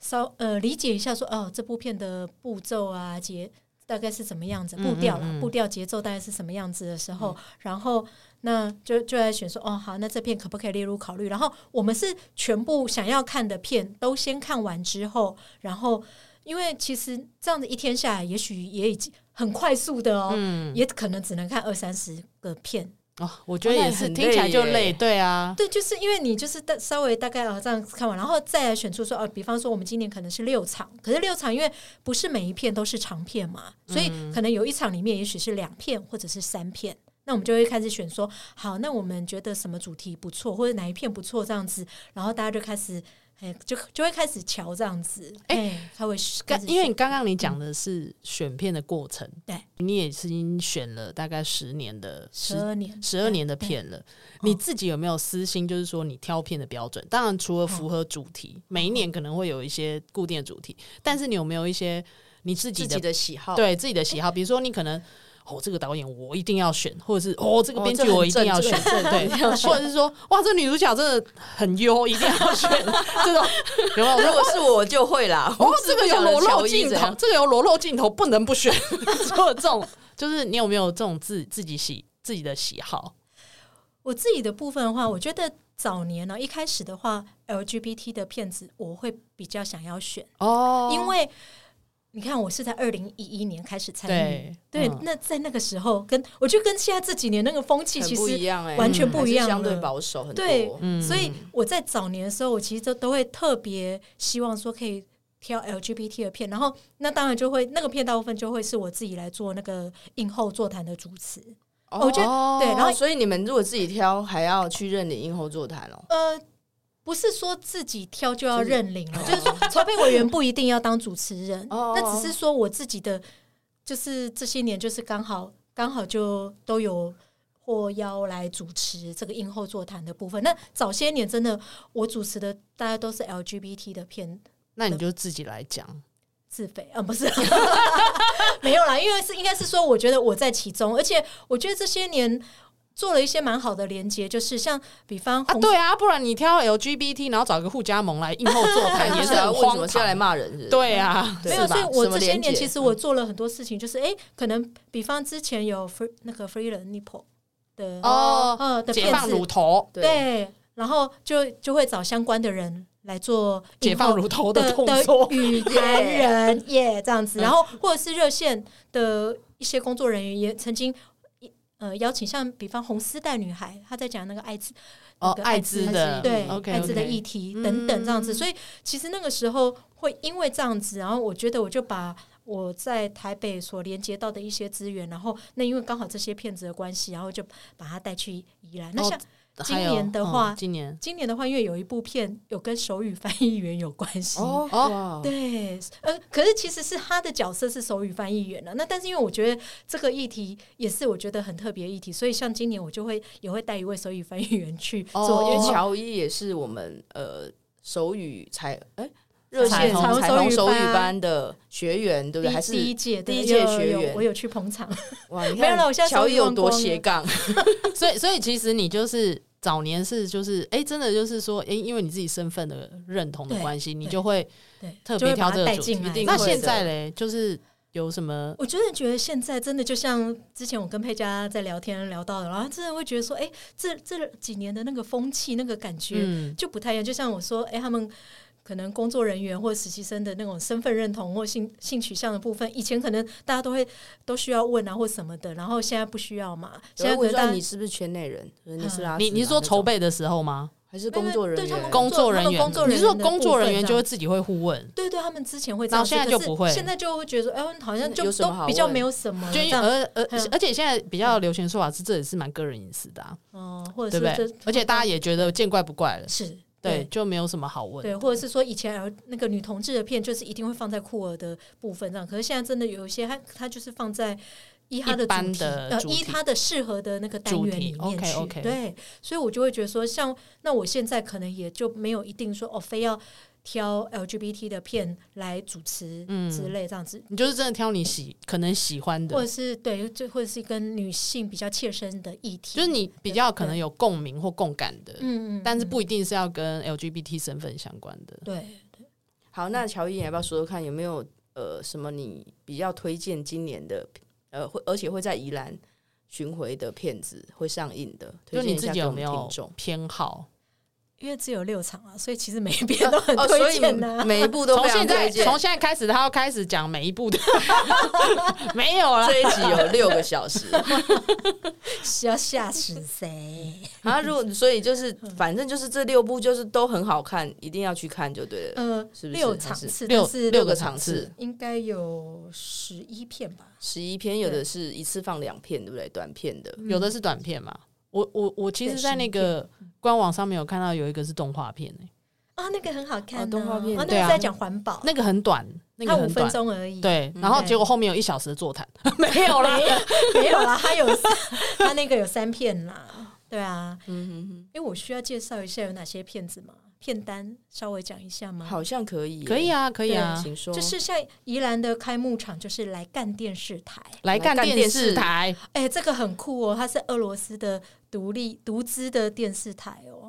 S7: 稍呃理解一下说，哦，这部片的步骤啊节。大概是怎么样子步调啦，
S8: 嗯嗯嗯嗯
S7: 步调节奏大概是什么样子的时候，然后那就就来选说哦好，那这片可不可以列入考虑？然后我们是全部想要看的片都先看完之后，然后因为其实这样子一天下来，也许也已经很快速的哦，
S8: 嗯
S7: 也可能只能看二三十个片。
S8: 哦，我觉得也是，
S3: 很累
S8: 听起来就
S3: 耶
S8: 累。对啊，
S7: 对，就是因为你就是大稍微大概啊这样看完，然后再来选出说哦、比方说我们今年可能是六场，可是六场因为不是每一片都是长片嘛，
S8: 嗯
S7: 所以可能有一场里面也许是两片或者是三片。那我们就会开始选说，好，那我们觉得什么主题不错，或者哪一片不错这样子，然后大家就开始，哎，就就会开始瞧这样子，
S8: 哎
S7: 哎，他会开
S8: 刚
S7: 始
S8: 因为
S7: 选
S8: 你刚刚你讲的是选片的过程，
S7: 对，
S8: 你也是已经选了大概十年的
S7: 十二年，
S8: 十二
S7: 对
S8: 年的片
S3: 嗯
S8: 了，你自己有没有私心？就是说你挑片的标准，当然除了
S3: 嗯
S8: 符合主题，每一年可能会有一些固定的主题，但是你有没有一些你自己
S3: 自
S8: 的
S3: 己的喜好，
S8: 对自己的喜好？比如说你可能哦，这个导演我一定要选，或者是哦，这个
S3: 哦
S8: 编
S3: 这
S8: 剧
S3: 很
S8: 我一定
S3: 正
S8: 要
S3: 这
S8: 选
S3: 个，很正
S8: 对
S3: 一定要，选
S8: 或者是说哇，这女主角真的很优，一定要 选这种，有没有？
S3: 如果是我就会啦。
S8: 哦
S3: 我，
S8: 这
S3: 是
S8: 个
S3: 不
S8: 有
S3: 晓得
S8: 裸露
S3: 乔伊
S8: 镜
S3: 怎
S8: 头，
S3: 样，
S8: 这个有裸露镜头，不能不选。就这种，就是你有没有这种自自己喜自己的喜好？
S7: 我自己的部分的话，我觉得早年呢、一开始的话，LGBT 的片子我会比较想要选，
S8: 哦
S7: 因为你看我是在二零一一年开始参与，
S8: 对
S7: 对，
S8: 嗯
S7: 那在那个时候跟我觉得跟现在这几年那个风气
S3: 很
S7: 其
S3: 不一
S7: 实。
S3: 样哎、
S7: 完全
S3: 嗯
S7: 不
S3: 还
S7: 一
S3: 是
S7: 样
S3: 相对
S7: 了
S3: 保守很多。
S7: 对
S8: 嗯
S7: 所以我在早年的时候，我其实都都会特别希望说可以挑 LGBT 的片，然后那当然就会那个片大部分就会是我自己来做那个映后座谈的主持，
S3: 哦
S7: 我觉得对，然后
S3: 哦所以你们如果自己挑，还要去认领映后座谈哦。
S7: 呃，不是说自己挑就要
S3: 就是
S7: 认领了，就是说筹备委员不一定要当主持人，
S3: 哦
S7: 那只是说我自己的，就是这些年就是刚好刚好就都有或邀来主持这个映后座谈的部分。那早些年真的我主持的大家都是 LGBT 的片
S8: 那你就自己来讲。
S7: 自费，呃，不是， 没有啦，因为是应该是说，我觉得我在其中，而且我觉得这些年做了一些蛮好的连接，就是像比方
S8: 啊，
S7: 红
S8: 对啊，不然你挑 LGBT，然后找一个互加盟来映后座谈， 也
S3: 你
S8: 是
S3: 想要
S8: 很
S3: 为什
S8: 荒
S3: 么下来
S8: 唐。
S3: 骂人是不是？
S8: 对啊，
S3: 对
S7: 没有，
S3: 吧
S7: 所以我
S3: 什么
S7: 这些
S3: 连
S7: 年
S3: 结
S7: 其实我
S8: 嗯
S7: 做了很多事情，就是哎、诶可能比方之前有 free 那个 free the nipple 的
S8: 哦，
S7: 呃的
S8: 解
S7: 片
S8: 放
S7: 子
S8: 乳，头，
S3: 对，
S7: 对，然后就就会找相关的人来做
S8: 解
S7: 映
S8: 放
S7: 后
S8: 乳头
S7: 的
S8: 的动作。 嗯
S7: 语坛人耶这样子，然后或者是热线的一些工作人员也曾经。呃，邀请像比方红丝带女孩，她在讲那个艾滋，
S8: 哦
S7: 那个
S8: 艾滋的
S7: 对
S8: OK，
S7: 艾滋的
S8: OK
S7: 议题等等这样子，
S8: 嗯
S7: 所以其实那个时候会因为这样子，然后我觉得我就把我在台北所连接到的一些资源，然后那因为刚好这些片子的关系，然后就把它带去宜兰。那
S8: 哦
S7: 像
S8: 还有
S7: 今年的话
S8: 嗯今年
S7: 今年的话，因为有一部片有跟手语翻译员有关系，
S3: 哦
S8: 哦
S3: 哦，
S7: 对，呃，可是其实是他的角色是手语翻译员了、那但是因为我觉得这个议题也是我觉得很特别的议题，所以像今年我就会也会带一位手语翻译员去做，
S8: 哦
S7: 因
S3: 因
S7: 为
S3: 为
S7: 乔
S3: 乔伊也是我们呃手语才哎热
S8: 彩
S3: 线
S8: 虹
S3: 彩虹
S7: 手
S3: 手
S7: 语
S3: 语
S7: 班
S3: 班的学员，对不对？还
S7: 第第一
S3: 是
S7: 届的
S3: 第一届
S7: 有
S3: 学
S7: 有
S3: 员
S7: 我有去捧场，
S3: 哇，你
S7: 没有啦我现
S3: 看
S7: 在
S3: 乔
S7: 手
S3: 伊
S7: 语
S3: 有
S7: 忘
S3: 多
S7: 光
S3: 斜
S7: 了
S3: 杠，
S8: 所以，所以其实你就是早年是就是哎、诶真的就是说哎、诶因为你自己身份的认同的
S7: 对
S8: 关系，你
S7: 对
S8: 就会
S7: 对，
S8: 特
S7: 就会
S8: 别
S7: 把
S8: 挑
S7: 他
S8: 这个
S7: 带
S8: 主题
S7: 进来。
S3: 一定
S8: 那
S3: 会
S8: 现
S3: 的
S8: 在嘞，就是有什么
S7: 我真的觉得现在真的就像之前我跟佩佳在聊天聊到的，然后真的会觉得说，哎、这这几年的那个风气、那个感觉，
S8: 嗯
S7: 就不太一样。就像我说，哎、他们可能工作人员或实习生的那种身份认同或性性取向的部分，以前可能大家都会都需要问啊或什么的，然后现在不需要嘛。
S3: 现
S7: 现在
S3: 在
S7: 可
S3: 问
S7: 能大
S3: 说
S7: 家
S3: 你是不是圈内人，就是你是拉
S8: 你
S3: 斯
S8: 你是
S3: 吗那
S8: 说筹
S3: 种
S8: 备的时候吗？
S3: 还是
S7: 没
S3: 工
S7: 有没有
S3: 作人
S7: 对他
S3: 员？
S7: 们工作
S8: 人
S7: 他们
S8: 员，
S7: 工作
S8: 你是说
S7: 人员的
S8: 工作
S7: 部分
S8: 人员
S7: 这
S8: 就会
S7: 样
S8: 自己会互问，
S7: 对对，他们之前会这
S8: 然
S7: 样
S8: 后现在
S7: 子，
S8: 就
S7: 可是
S8: 不会
S7: 现在就会觉得说，哎、好像
S3: 嗯
S7: 就
S3: 有什么
S7: 都
S3: 好
S7: 比较
S3: 问
S7: 没有什么了
S8: 就
S7: 啊
S8: 因
S7: 这
S8: 为
S7: 样，
S8: 而而
S7: 嗯
S8: 而且现在比较流行说法是，这也是蛮个人隐私的、啊，
S7: 嗯，或者
S8: 对不
S7: 是这
S8: 对？而且大家也觉得见怪不怪了，
S7: 是
S8: 对，就没有什么好问。
S7: 对，或者是说以前呃那个女同志的片，就是一定会放在酷儿的部分上，可是现在真的有一些，它它就是放在依它的
S8: 一般
S7: 主题，
S8: 的
S7: 呃，
S8: 主
S7: 依
S8: 题
S7: 它的适合的那个单元里
S8: 主题
S7: 面去。
S8: ，OK，OK
S7: 对，所以我就会觉得说，像那我现在可能也就没有一定说哦，非要挑 LGBT 的片来主持
S8: 嗯
S7: 之类这样子。
S8: 你就是真的挑你喜可能喜欢
S7: 或
S8: 的
S7: 者，是对，就或者是跟女性比较切身的议题，
S8: 就是你比较可能有共鸣或共感的，
S7: 嗯，嗯嗯，
S8: 但是不一定是要跟 LGBT 身份相关的。
S7: 对，
S3: 好，那乔伊，你要不要说说看有没有呃什么你比较推荐今年的呃会而且会在宜兰巡回的片子会上映的？
S8: 就
S3: 推荐
S8: 你
S3: 一
S8: 自
S3: 下
S8: 己
S3: 给
S8: 有
S3: 我
S8: 没
S3: 们
S8: 有
S3: 听众。
S8: 偏好？
S7: 因为只有六场啊，所以其 实每一遍都很推荐啊 呐、
S3: 哦所以每一部都
S8: 从
S3: 非常
S8: 现在
S3: 推荐
S8: 从现在开始，他要开始讲每一部的，没有啦。
S3: 这一集有六个小时，
S7: 是要吓死谁？
S3: 然啊后如果所以就是反正就是这六部就是都很好看，一定要去看就对了。
S7: 呃，
S3: 是不是
S7: 六
S3: 还
S7: 场
S3: 是
S7: 次，
S8: 六
S7: 但是
S8: 六
S3: 个
S8: 场
S3: 场
S8: 次
S3: 次，
S7: 应该有十一片吧？
S3: 十一篇有的是一次放两片，对不对？短片的
S8: 有的是短片嘛。我我我其实，
S7: 嗯对
S8: 在那个官网上面有看到有一个是动画片、欸，
S7: 啊，那个很好看啊、
S3: 哦动画片
S7: 啊，那
S8: 对啊
S7: 个是在讲环保，
S8: 那个很短，那个
S7: 它五
S8: 很
S7: 分
S8: 短，
S7: 钟 而已。，
S8: 对。
S3: 嗯
S8: 然后
S7: 对
S8: 结果后面有一小时的座谈，没有啦。
S7: 没有啦，它有它那个有三片啦。对啊，嗯哎，我需要介绍一下有哪些片子吗？片单稍微讲一下吗？，
S3: 好像可以耶，
S8: 可以啊，可以啊。
S3: 请说。
S7: 就是像宜兰的开幕场就是来干电视台，
S8: 来干
S3: 来干
S8: 电
S3: 电
S8: 视
S3: 视
S8: 台，
S7: 哎、这个很酷哦，它是俄罗斯的独立独资的电视台哦，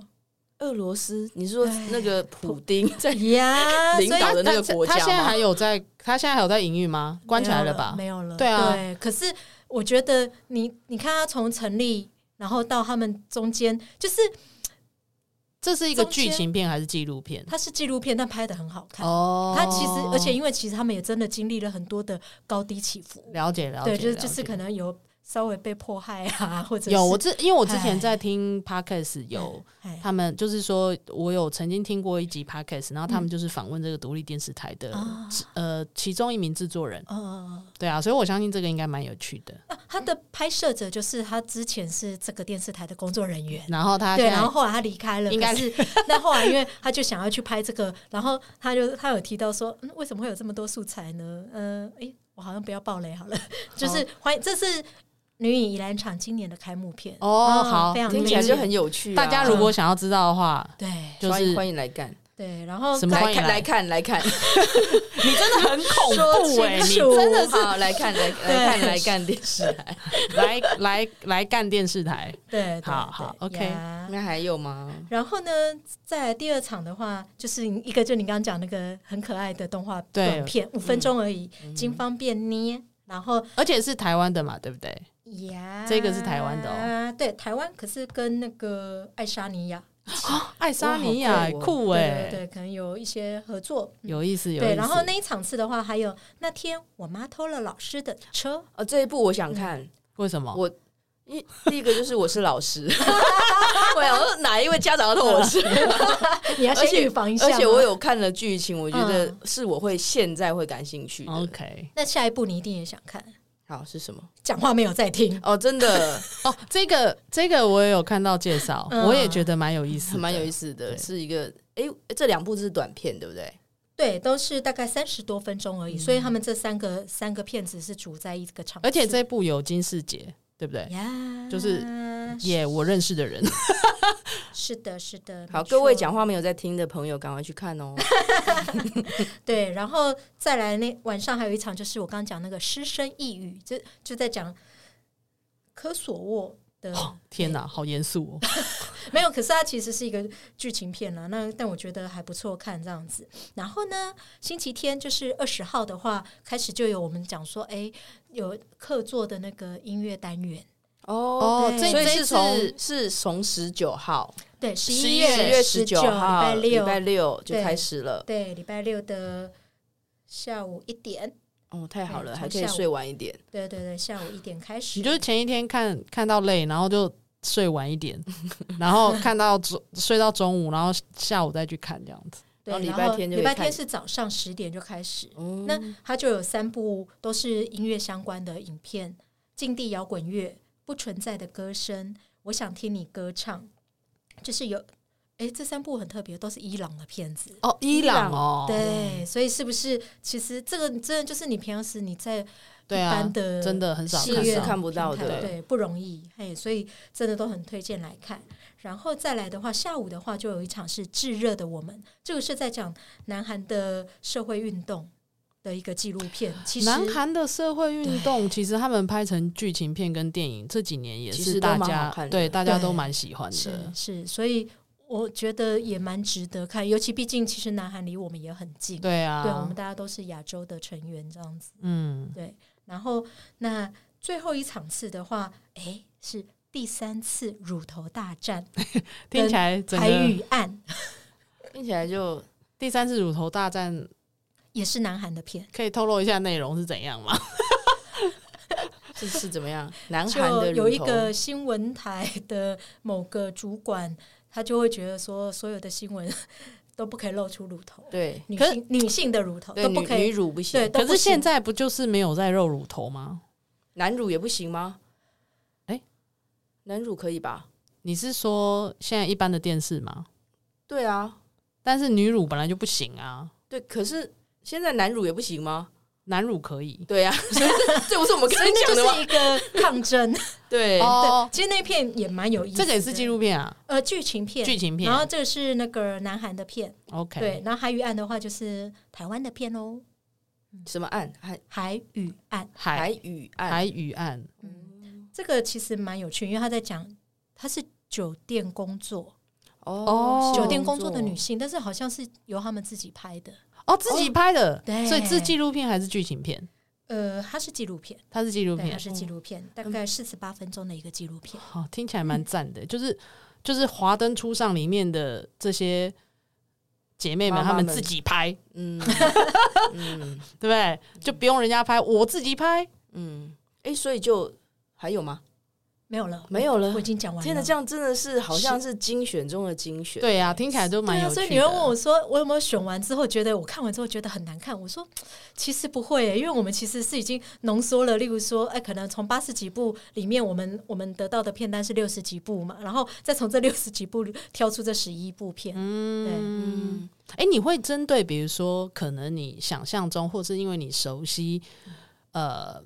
S3: 俄罗斯，你是说那个普丁 在
S7: 呀
S3: 领导的那个国家
S8: 他
S3: 吗？
S8: 现在还有在，他现在还有在营运吗？关起来了吧？
S7: 没有了。
S8: 对啊
S7: 可是我觉得你你看他从成立，然后到他们中间，就是
S8: 这是一个
S7: 中间
S8: 剧情片还是纪录片？
S7: 它是纪录片，但拍的很好看。
S8: 哦，
S7: 它其实，而且因为其实他们也真的经历了很多的高低起伏，
S8: 了解了解，
S7: 对，就是
S8: 了
S7: 就
S8: 解
S7: 是可能有稍微被迫害啊，或者
S8: 有我
S7: 是
S8: 之，因为我之前
S7: 哎
S8: 在听 podcast 有。
S7: 哎
S8: 他们就是说，我有曾经听过一集 podcast，然后
S7: 嗯
S8: 他们就是访问这个独立电视台的、
S7: 啊
S8: 呃其中一名制作人，
S7: 呃，
S8: 对啊，所以我相信这个应该蛮有趣的。
S7: 啊他的拍摄者就是他之前是这个电视台的工作人员。
S8: 然后他
S7: 对，
S8: 现在
S7: 然后后来他离开了，
S8: 应该
S7: 可是那后来因为他就想要去拍这个，然后他就他有提到说，嗯，为什
S8: 哦
S7: 么会有这么多素材呢？嗯、呃，诶，我好像不要爆雷好了，就是欢迎，这是女影宜兰场今年的开幕片
S3: 哦
S7: 啊
S8: 好
S7: 非常
S3: 听起来
S7: 推
S3: 就
S7: 荐
S3: 很有趣啊。
S8: 大家如果想要知道的话，
S7: 对
S8: 就
S3: 欢迎欢
S8: 是
S3: 迎来看，
S7: 对，然后
S8: 什么欢
S3: 来
S8: 迎
S3: 看来看来看，
S8: 你真的很恐怖哎、你
S3: 真的是来看来来看
S7: 对
S3: 来看电视台。
S8: 来 来来干电视台，
S7: 对，对
S8: 好好
S7: 对
S8: OK
S7: 呀
S3: 那还有吗？
S7: 然后呢，在第二场的话，就是一个就你刚刚讲那个很可爱的动画
S8: 对嗯
S7: 短片，五分钟而已，金方便捏。然后
S8: 而且是台湾的嘛，对不对？
S7: 呀，
S8: 这个是台湾的哦，
S7: 对，台湾可是跟那个爱沙尼亚，
S8: 爱沙尼亚
S3: 哇好酷哦
S8: 酷哎、
S7: 对对对，可能有一些合作。嗯
S8: 有意思有意思。
S7: 对，然后那一场次的话，还有那天我妈偷了老师的 车，
S3: 哦，这一部我想看，
S8: 为什么？
S3: 我一第一个就是我是老师，我想说哪一位家长要偷我吃？
S7: 你要
S3: 而且
S7: 先预防一下
S3: 而
S7: 嘛。
S3: 且我有看了剧情，我觉得
S7: 嗯
S3: 是我会现在会感兴趣的。
S8: OK
S7: 那下一步你一定也想看，
S3: 好是什么？
S7: 讲话没有在 听，
S3: 哦，真 的
S8: 哦，这个这个我也有看到介绍，
S7: 嗯
S8: 我也觉得蛮有意思的，
S3: 蛮有意
S8: 思。
S3: 思的，
S8: 对
S3: 是一个哎，这两部是短片对不对？
S7: 对，都是大概三十多分钟而已，所以他们这三个三个片子是主在一个场
S8: 嗯
S7: 次，
S8: 而且这部有金世杰，对不对？
S7: 呀，
S8: 就是也我认识的人，
S7: 是的，是的，
S3: 好，
S7: 没
S3: 各位
S7: 错
S3: 讲话没有在听的朋友，赶快去看 哦。
S7: 对，然后再来那晚上还有一场，就是我刚刚讲那个师生一语，就就在讲科索沃的
S3: 哦
S8: 天哪，好严肃哦。
S7: 没有，可是它其实是一个剧情片啦。那但我觉得还不错看这样子。然后呢，星期天就是二十号的话，开始就有我们讲说，哎，有客座的那个音乐单元，
S3: 哦
S8: 哦，
S7: 对
S8: 这
S3: 所以
S8: 这
S3: 是
S8: 次
S3: 从是从十九号，
S7: 对，十
S3: 十
S7: 一
S3: 十
S7: 月
S3: 月
S7: 十
S3: 十九
S7: 九礼
S3: 号
S8: 啊
S7: 拜
S3: 礼
S7: 六，
S3: 拜六就
S7: 对
S3: 开始了。
S7: 对，礼拜六的下午一点，
S3: 哦，太好了，
S7: 对
S3: 还
S7: 从
S3: 可以
S7: 下午
S3: 睡晚一点。
S7: 对对对，下午一点开始，
S8: 你就是前一天看看到累，然后就睡晚一点，然后看到中睡到中午，然后下午再去看这样子。
S7: 对，
S3: 然后礼
S7: 然
S3: 拜
S7: 后
S3: 天就可
S7: 礼
S3: 以
S7: 拜
S3: 看
S7: 天是早上十点就开始，
S3: 哦
S7: 那它就有三部都是音乐相关的影片：《禁地摇滚乐》、《不存在的歌声》、《我想听你歌唱》，就是有诶，这三部很特别，都是伊朗的片子。
S8: 哦，伊朗哦，
S7: 对，所以是不是其实这个真的就是你平常时你在
S8: 对
S7: 一
S8: 啊
S7: 般，的
S8: 真的很少
S7: 戏
S3: 看
S7: 院
S3: 到
S8: 到。
S3: 看不到的
S7: 平台对，不容易，嘿，所以真的都很推荐来看。然后再来的话，下午的话就有一场是《炙热的我们》，这个是在讲南韩的社会运动的一个纪录片。其实
S8: 南韩的社会运动，其实他们拍成剧情片跟电影，这几年也
S3: 其实
S8: 是
S3: 都
S8: 大
S3: 蛮
S8: 家
S3: 好看的
S8: 对大家
S7: 对
S8: 都蛮喜欢
S7: 是
S8: 的。
S7: 是，所以我觉得也蛮值得看，尤其毕竟其实南韩离我们也很近，
S8: 对
S7: 对我
S8: 啊
S7: 们，大家都是亚洲的成员这样子。
S8: 嗯，
S7: 然后那最后一场次的话，诶，是第三次乳头大战，
S8: 听起来整
S7: 台
S8: 个
S7: 语案
S3: 听起来就
S8: 第三次乳头大战，
S7: 也是南韩的片。
S8: 可以透露一下内容是怎样吗？
S3: 是是怎么 样？南韩
S7: 就
S3: 的
S7: 有
S3: 乳
S7: 一
S3: 头
S7: 个新闻台的某个主管，他就会觉得说，所有的新闻 都不可以露出乳头，
S3: 对
S7: 女
S8: 可是
S7: 性女性的乳头
S3: 对
S7: 都
S3: 女
S7: 不可
S3: 女
S7: 以，
S3: 乳不行，
S7: 对，都
S8: 可
S7: 不
S8: 是
S7: 行
S8: 现在不就是没有在露乳头吗？
S3: 男乳也不行吗？
S8: 哎
S3: 男乳可以吧？
S8: 你是说现在一般的电视吗？
S3: 对啊，
S8: 但是女乳本来就不行啊，
S3: 对，可是现在男乳也不行吗？
S8: 男乳可以。
S3: 对 啊，所以这这不是我们刚
S7: 所
S3: 才
S7: 以那
S3: 讲的
S7: 就是
S3: 吗？
S7: 一个抗争。
S3: 对，
S8: 哦
S7: 对，，其实那片也蛮有意思的，
S8: 这个也是纪录片啊，
S7: 呃剧情片，
S8: 剧情片
S7: 然。后这个是那个南韩的片，
S8: OK，
S7: 对，然后海语案的话就是台湾的片哦，
S3: 什么案？海
S7: 海语案
S8: 海
S3: 海语案？
S8: 海与岸，
S7: 这个其实蛮有趣，因为他在讲他是酒店工作，
S8: 哦
S7: 酒店工作的女性，但是好像是由他们自己拍的。
S8: 哦，自己拍的，
S7: 对
S8: 所以是纪录片还是剧情片？
S7: 呃，它是纪录片，
S8: 它是纪录
S7: 对，它
S8: 片，
S7: 是纪录片，大概四十八分钟的一个纪录片。
S8: 好、听起来蛮赞的，就是就是《华灯初上》里面的这些姐妹们，
S3: 妈妈
S8: 她们
S3: 们
S8: 自己拍，
S3: 嗯 嗯
S8: 对不对？就不用人家拍，我自己拍。
S3: 嗯，哎，所以就还有吗？
S7: 没有了，
S3: 没有了
S7: 我已经讲完了。
S3: 天哪，这样真的是好像是精选中的精选。
S8: 对啊，听起来就蛮
S7: 对
S8: 有
S7: 啊，
S8: 趣的。
S7: 所以你会问我说，我有没有选完之后觉得我看完之后觉得很难看？我说其实不会耶、因为我们其实是已经浓缩了，例如说，哎、可能从八十几部里面，我们我们得到的片单是六十几部嘛，然后再从这六十几部挑出这十一部片，嗯，
S3: 嗯，
S8: 哎、你会针对比如说，可能你想象中，或是因为你熟悉，呃，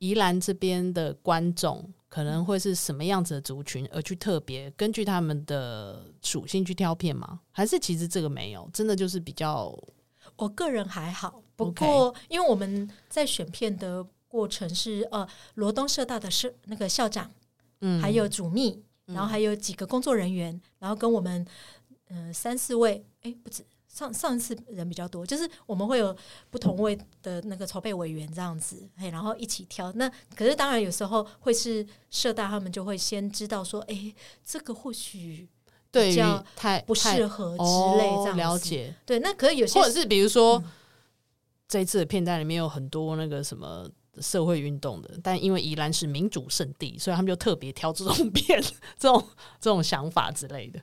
S8: 宜兰这边的观众可能会是什么样子的族群，而去特别根据他们的属性去挑片吗？还是其实这个没有，真的就是比较
S7: 我个人还好，不
S8: OK
S7: 过因为我们在选片的过程是呃，罗东社大的社那个校长，
S8: 嗯，
S7: 还有主秘，
S8: 嗯
S7: 然后还有几个工作人员，然后跟我们嗯、呃三四位，哎不止。上上一次人比较多，就是我们会有不同位的那个筹备委员这样子，哎，然后一起挑。那可是当然有时候会是社大他们就会先知道说，哎，这个或许
S8: 对
S7: 比
S8: 于
S7: 较
S8: 太
S7: 不
S8: 太
S7: 适合之类
S8: 哦
S7: 这样子。
S8: 了解，
S7: 对，那可是有些
S8: 或者是比如说、
S7: 嗯
S8: 这一次的片段里面有很多那个什么。社会运动的，但因为宜兰是民主圣地，所以他们就特别挑这种片、 这种这种想法之类的。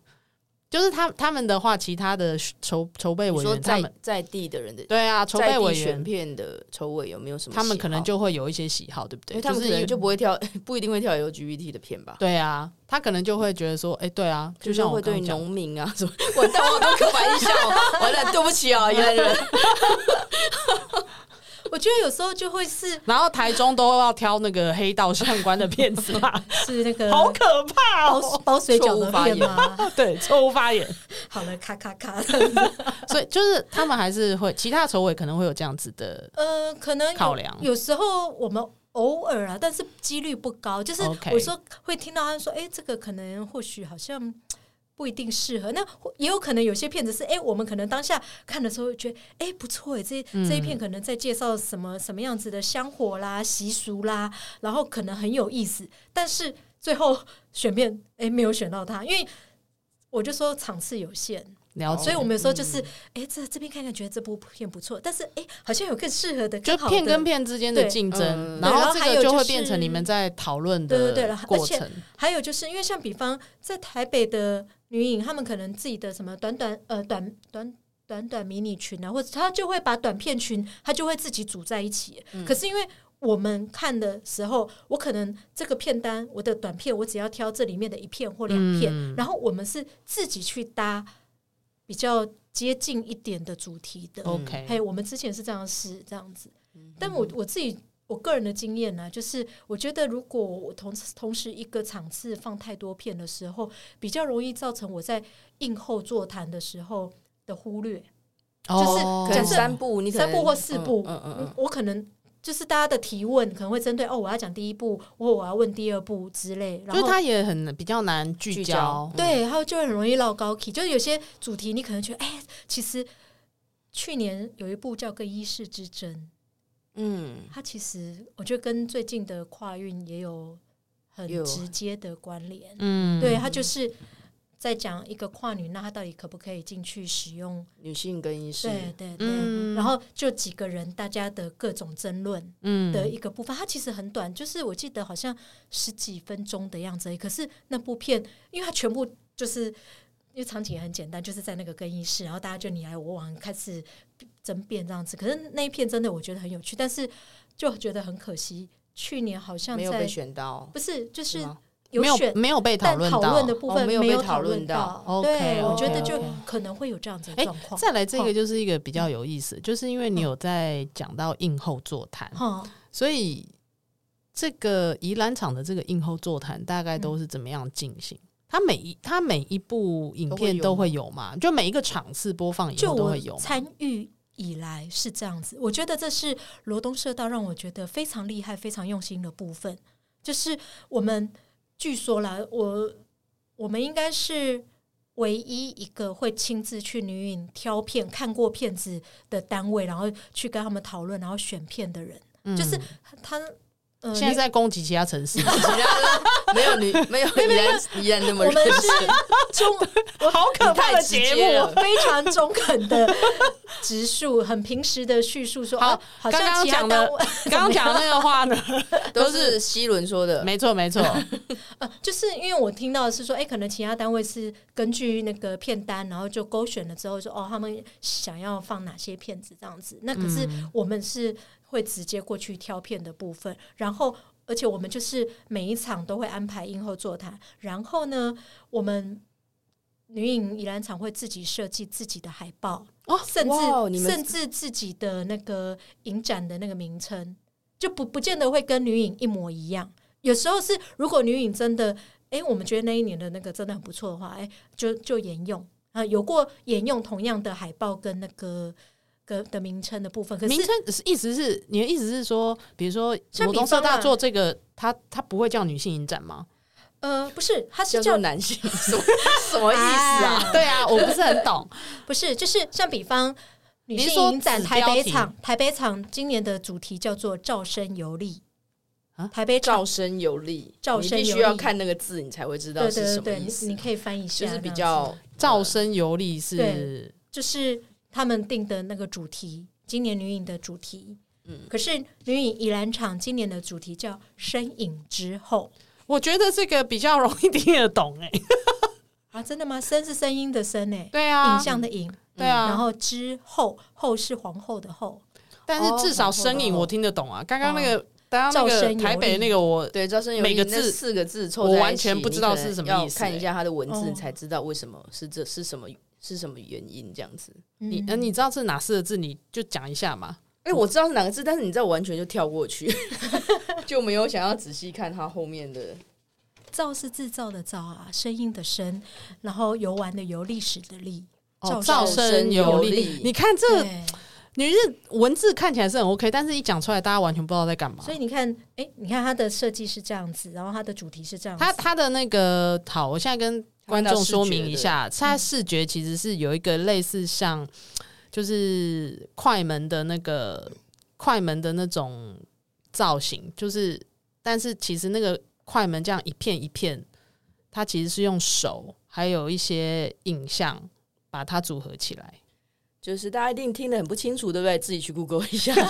S8: 就是他他们的话，其他的筹筹备
S3: 你
S8: 委
S3: 说
S8: 员他
S3: 在
S8: 们
S3: 在地的人的
S8: 对啊，筹
S3: 在
S8: 备
S3: 地
S8: 委
S3: 选
S8: 员
S3: 片的筹委有没有什么喜好？啊
S8: 他们可能就会有一些喜好，对不
S3: 因为
S8: 对？
S3: 他们
S8: 就
S3: 可
S8: 是因
S3: 能
S8: 为
S3: 就不会跳， 不一定会跳 LGBT 的片吧？
S8: 对啊，他可能就会觉得说，哎、对啊，就像
S3: 会
S8: 我刚
S3: 对
S8: 刚讲
S3: 农民啊 什么，完蛋，我都刻板印象哦， 完了，对不起啊，原来 人。
S7: 我觉得有时候就会是
S8: 然后台中都要挑那个黑道相关的片子 啦，
S7: 是那个
S8: 好可怕哦！
S7: 包包水饺的面吗？
S8: 对，错误发言，
S7: 好了，咔咔咔。
S8: 所以就是他们还是会，其他筹委可能会有这样子的，
S7: 呃，可能有
S8: 考量
S7: 有时候我们偶尔啊，但是几率不高。就是
S8: OK
S7: 我说会听到他说，哎、这个可能或许好像。不一定适合，那或也有可能有些片子是，哎、我们可能当下看的时候觉得，哎、不错，哎，这
S8: 嗯
S7: 这一片可能在介绍什么什么样子的香火啦、习俗啦，然后可能很有意思，但是最后选片，哎、没有选到它，因为我就说场次有限，
S8: 了解，
S7: 哦所以我们有时候就是，哎、这这边看看，觉得这部片不错，但是哎、诶好像有更适合的，
S8: 就
S7: 更好的
S8: 片跟片之间的竞
S3: 对
S8: 争，
S3: 嗯
S8: 然后这
S7: 对然后还有
S8: 个就会
S7: 就是
S8: 变成你们在讨论
S7: 对
S8: 的
S7: 对对然后
S8: 过程
S7: 而。还有就是因为像比方在台北的女影，她们可能自己的什么短短呃短短短短迷你群啊，或者她就会把短片群，她就会自己组在一起。可是因为我们看的时候，我可能这个片单我的短片，我只要挑这里面的一片或两片，
S8: 嗯
S7: 然后我们是自己去搭比较接近一点的主题的。还
S8: 嗯 OK，嗯
S7: 有我们之前是这样试这样子，但我我自己我个人的经验呢、就是我觉得如果我同时同时一个场次放太多片的时候，比较容易造成我在映后座谈的时候的忽略。就是
S8: 哦
S3: 可能三部，你可能
S7: 三部或四部
S3: 嗯嗯嗯
S7: 我可能就是大家的提问可能会针对哦，我要讲第一部，或我要问第二部之类，然
S8: 就是
S7: 后。
S8: 他嗯也很比较难聚
S3: 聚
S8: 焦
S3: 焦，
S7: 对，还有就会很容易绕高 key，就是有些主题你可能觉得，哎、其实去年有一部叫《更衣室之争》，
S3: 嗯，
S7: 它其实我觉得跟最近的跨运也有很
S3: 有
S7: 直接的关联。
S8: 嗯，
S7: 对，它就是在讲一个跨女，那她到底可不可以进去使用？
S3: 女性更衣室，
S7: 对对对。
S8: 嗯
S7: 然后就几个人大家的各种争论
S8: 嗯
S7: 的一个部分，它其实很短，就是我记得好像十几分钟的样子而已。可是那部片，因为它全部就是。因为场景也很简单，就是在那个更衣室，然后大家就你来我往开始争辩这样子。可是那一片真的我觉得很有趣，但是就觉得很可惜，去年好像
S3: 没有
S7: 在
S3: 被选到，
S7: 不是就是
S3: 是吗
S7: 有
S8: 没有
S7: 选，
S8: 没有被讨
S7: 但
S8: 论
S7: 讨
S8: 到
S7: 论的。部分
S3: 哦没有
S7: 没
S3: 被
S7: 有
S3: 讨
S7: 讨论
S3: 论到哦
S7: 到。
S8: OK，
S7: 对，我觉得
S8: OK，
S7: 就
S8: OK
S7: 可能会有这样子的
S8: 哎
S7: 状况。
S8: 再来这个
S7: 哦
S8: 就是一个比较有意思，就是因为
S7: 嗯
S8: 你有在讲到映后座谈，
S7: 哈，
S8: 所以这个宜兰场的这个映后座谈大概都是怎么样进行？它每一它每一部影片都
S3: 都
S8: 会
S3: 会
S8: 有嘛？就每一个场次播放以
S7: 就
S8: 后都
S7: 我
S8: 会有嘛。
S7: 参与以来是这样子，我觉得这是罗东社道让我觉得非常厉害、非常用心的部分，就是我们据说啦，我我们应该是。唯一一个会亲自去女影挑片、看过片子的单位，然后去跟他们讨论，然后选片的人，
S8: 嗯
S7: 就是他呃，
S8: 现在是在攻击其他城市，
S3: 其他 的没有女，没有依然依然那么
S7: 我们
S3: 认
S7: 是
S3: 真，
S7: 中
S8: 好可怕
S3: 太
S8: 的
S3: 直
S8: 节
S3: 接
S8: 目
S3: 了。
S7: 非常中肯的 植树，很平时的叙述说，
S8: 好
S7: 啊好
S8: 刚刚
S7: 像其他
S8: 讲的
S7: 单位
S8: 刚刚讲的那个话呢？
S3: 都是西伦说的，
S8: 没错没错，
S7: 呃，就是因为我听到的是说，哎、可能其他单位是根据那个片单，然后就勾选了之后说，哦，他们想要放哪些片子这样子。那可是我们是会直接过去挑片的部分，然后。而且我们就是每一场都会安排映后座谈，然后呢，我们女影宜兰场会自己设计自己的海报，
S8: 哦
S7: 甚
S3: 哇你
S7: 至
S3: 们
S7: 甚至自己的那个影展的那个名称，就不不见得会跟女影一模一样。有时候是，如果女影真的，哎、我们觉得那一年的那个真的很不错的话，哎、就就沿用啊、有过沿用同样的海报跟那个跟的名称的部分，可
S8: 名
S7: 是
S8: 称是意思是你的意思是说，比如说
S7: 像
S8: 罗
S7: 比
S8: 东社
S7: 方啊
S8: 大做这个，它它不会叫女性影展吗？
S7: 呃，不是，它是
S3: 叫
S7: 叫
S3: 做男性，什么什么意思啊？
S8: 对啊，我不是很懂。
S7: 不是，就是像比方女
S8: 你是
S7: 性
S8: 说
S7: 影展
S8: 指
S7: 台
S8: 标
S7: 北
S8: 题
S7: 场，台北场今年的主题叫做“照身游历”
S8: 啊
S7: 台北场
S3: 照声有力，
S7: 哎 照声有
S3: 你
S7: 力
S3: 必须要看那个字，你才会知道
S7: 对
S3: 是
S7: 对对
S3: 什么
S7: 对，
S3: 意
S7: 你
S3: 思。
S7: 你可以翻译一下，
S3: 就是比
S7: 这样
S3: 较
S8: 噪
S7: 子
S8: 声游历是
S7: 对就是他们定的那个主题，今年女影的主题。
S3: 嗯
S7: 可是女影宜兰场今年的主题叫“身影之后
S8: 我觉得这个比较容易听得懂哎、”
S7: 啊，真的吗？声是声音的声诶、
S8: 对啊，
S7: 影像的影，
S8: 对啊，
S7: 嗯然后之后后是皇后的后，
S8: 但是至少
S3: 哦
S8: 声影我听得懂啊。刚刚那个，刚刚那
S7: 哦噪声
S8: 个
S7: 有力
S8: 台北那个我，
S3: 对，招生有
S8: 每个字
S3: 那四个字凑
S8: 我
S3: 在一起，
S8: 完全不知道是什么意
S3: 你可
S8: 思
S3: 能要看一下它的文字，
S7: 欸
S3: 你才知道为什么是这是什么是什么原因这样子。
S8: 你
S7: 嗯
S8: 呃你知道是哪四个字，你就讲一下嘛。
S3: 哎、我知道是哪个字，但是你知道，我完全就跳过去， 就没有想要仔细看它后面的。
S7: 造是制造的造啊，声音的声，然后游玩的游，历史的历，
S8: 哦，
S7: 噪
S8: 噪
S3: 声
S8: 声
S3: 有
S8: 有
S3: 力
S8: 力，你看这
S7: 对，
S8: 你是文字看起来是很 OK，但是一讲出来，大家完全不知道在干嘛
S7: 所。以你看，哎、你看它的设计是这样子，然后它的主题是这样子，
S8: 他他的那个好，我现在跟观众说明一下，他视
S3: 嗯
S8: 觉其实是有一个类似像就是快门的那个快门的那种造型，就是但是其实那个快门这样一片一片，它其实是用手还有一些影像把它组合起来。
S3: 就是大家一定听得很不清楚，对不对？自己去 Google 一下。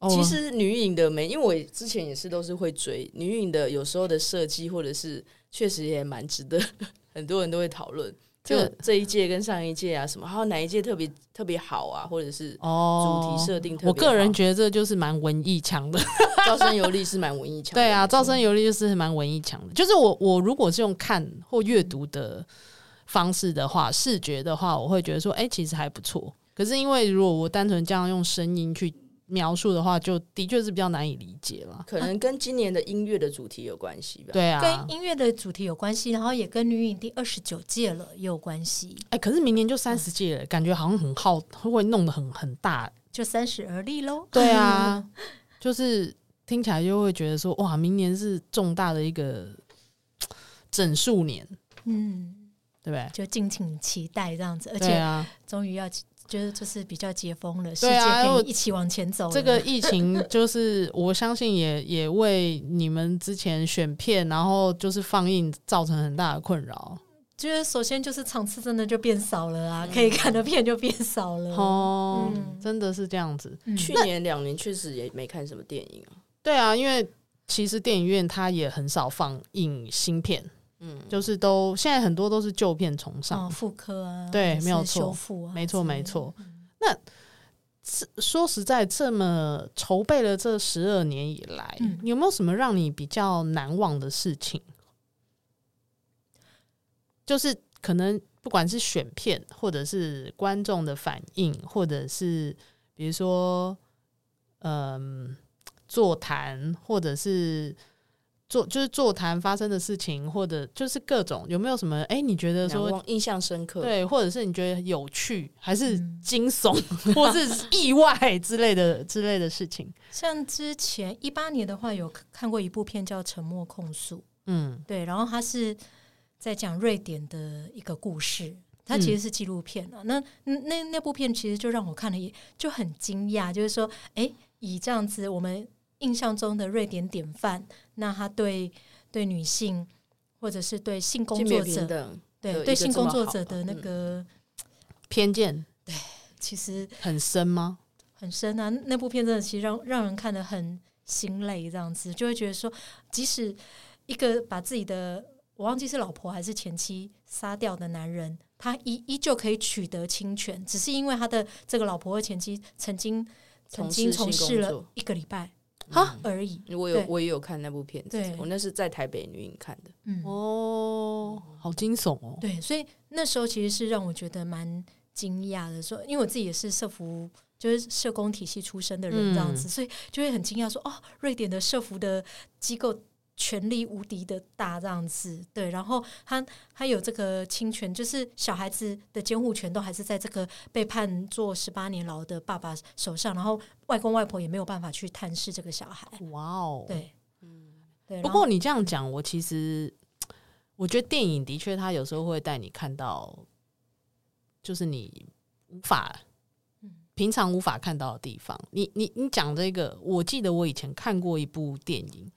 S8: 哦
S3: 其实女影的美，因为我之前也是都是会追女影的，有时候的设计或者是确实也蛮值得，很多人都会讨论。
S8: 这
S3: 就
S8: 个
S3: 这一届跟上一届啊，什么还有哪一届特别特别好啊，或者是主
S8: 哦
S3: 题设定特别好、
S8: 我个人觉得这就是蛮文艺腔的。
S3: 得招生有力是蛮文 艺腔的。
S8: 对啊，噪声游历就是蛮文艺强的。就是我我如果是用看或阅读的方式的话，视觉的话，我会觉得说，哎、其实还不错。可是因为如果我单纯这样用声音去描述的话，就的确是比较难以理解了。
S3: 可能跟今年的音乐的主题有关系吧。
S8: 对啊，
S7: 跟音乐的主题有关系，然后也跟女影第二十九届了也有关系，
S8: 哎、可是明年就三十届了，感觉好像很耗，会弄得很很大。
S7: 就三十而立喽。
S8: 对啊，就是听起来就会觉得说，哇，明年是重大的一个整数年，
S7: 嗯，
S8: 对不对？
S7: 就敬请期待这样子，而
S8: 对
S7: 且
S8: 啊，
S7: 终于要就是就是比较解封了，世
S8: 对
S7: 界
S8: 啊
S7: 可
S8: 我
S7: 以一起往前走了。
S8: 这个疫情就是我相信也也为你们之前选片，然后就是放映造成很大的困扰。
S7: 就是首先就是场次真的就变少了啊，可以看的片就变少了。
S8: 哦，
S7: 嗯
S8: 真的是这样子。
S7: 嗯
S3: 去年两年确实也没看什么电影啊。
S8: 对啊，因为其实电影院它也很少放映新片，
S3: 嗯，
S8: 就是都现在很多都是旧片重上。
S7: 哦，妇科啊，
S8: 对
S7: 或者是
S8: 没有错
S7: 修复啊，
S8: 没错
S7: 之类的嗯
S8: 没错。那这说实在，这么筹备了这十二年以来，
S7: 嗯
S8: 有没有什么让你比较难忘的事情？就是可能不管是选片，或者是观众的反应，或者是比如说，嗯，座谈，或者是。座就是座谈发生的事情，或者就是各种有没有什么？哎、你觉得
S3: 难
S8: 说
S3: 忘印象深刻。，
S8: 对，或者是你觉得有趣，还是
S7: 嗯
S8: 惊 悚，或是意外之类的之类的事情。
S7: 像之前一八年的话，有看过一部片叫《沉默控诉》，
S8: 嗯
S7: 对，然后它是在讲瑞典的一个故事，它
S3: 嗯
S7: 其实是纪录片啊。那那那那部片其实就让我看了也就很惊讶，就是说，哎，以这样子我们印象中的瑞典典范，那他对对女性或者是对性工
S3: 性
S7: 作
S3: 别平
S7: 者，
S3: 等。有
S7: 对
S3: 一
S7: 对
S3: 个
S7: 性
S3: 这
S7: 工
S3: 么
S7: 作
S3: 好
S7: 者
S3: 的
S7: 的那
S3: 嗯
S7: 个，
S8: 偏见
S7: 其实
S8: 很深吗？
S7: 很深啊。那部片真的其实让让人看得很心累，这样子就会觉得说，即使一个把自己的我忘记是老婆还是前妻杀掉的男人，他依依旧可以取得侵权，只是因为他的这个老婆或前妻曾经曾
S3: 从事
S7: 经从
S3: 性
S7: 事
S3: 工
S7: 了
S3: 作嗯
S7: 一个礼拜
S3: 哈
S7: 而已。
S3: 我有
S7: 对
S3: 我也有看那部片子
S7: 对，
S3: 我那是在台北女影看的。
S7: 嗯，
S8: 哦，好惊悚哦。
S7: 对，所以那时候其实是让我觉得蛮惊讶的，说因为我自己也是社服就是社工体系出身的人这样子，
S8: 嗯
S7: 所以就会很惊讶说，哦，瑞典的社服的机构权力无敌的大这样子，对，然后他他有这个侵权，就是小孩子的监护权都还是在这个被判坐十八年牢的爸爸手上，然后外公外婆也没有办法去探视这个小孩，
S8: 哇哦，
S7: 对，对，
S8: 不过你这样讲，我其实我觉得电影的确，它有时候会带你看到，就是你无法
S7: 嗯
S8: 平常无法看到的地方。你你你讲这个，我记得我以前看过一部电影，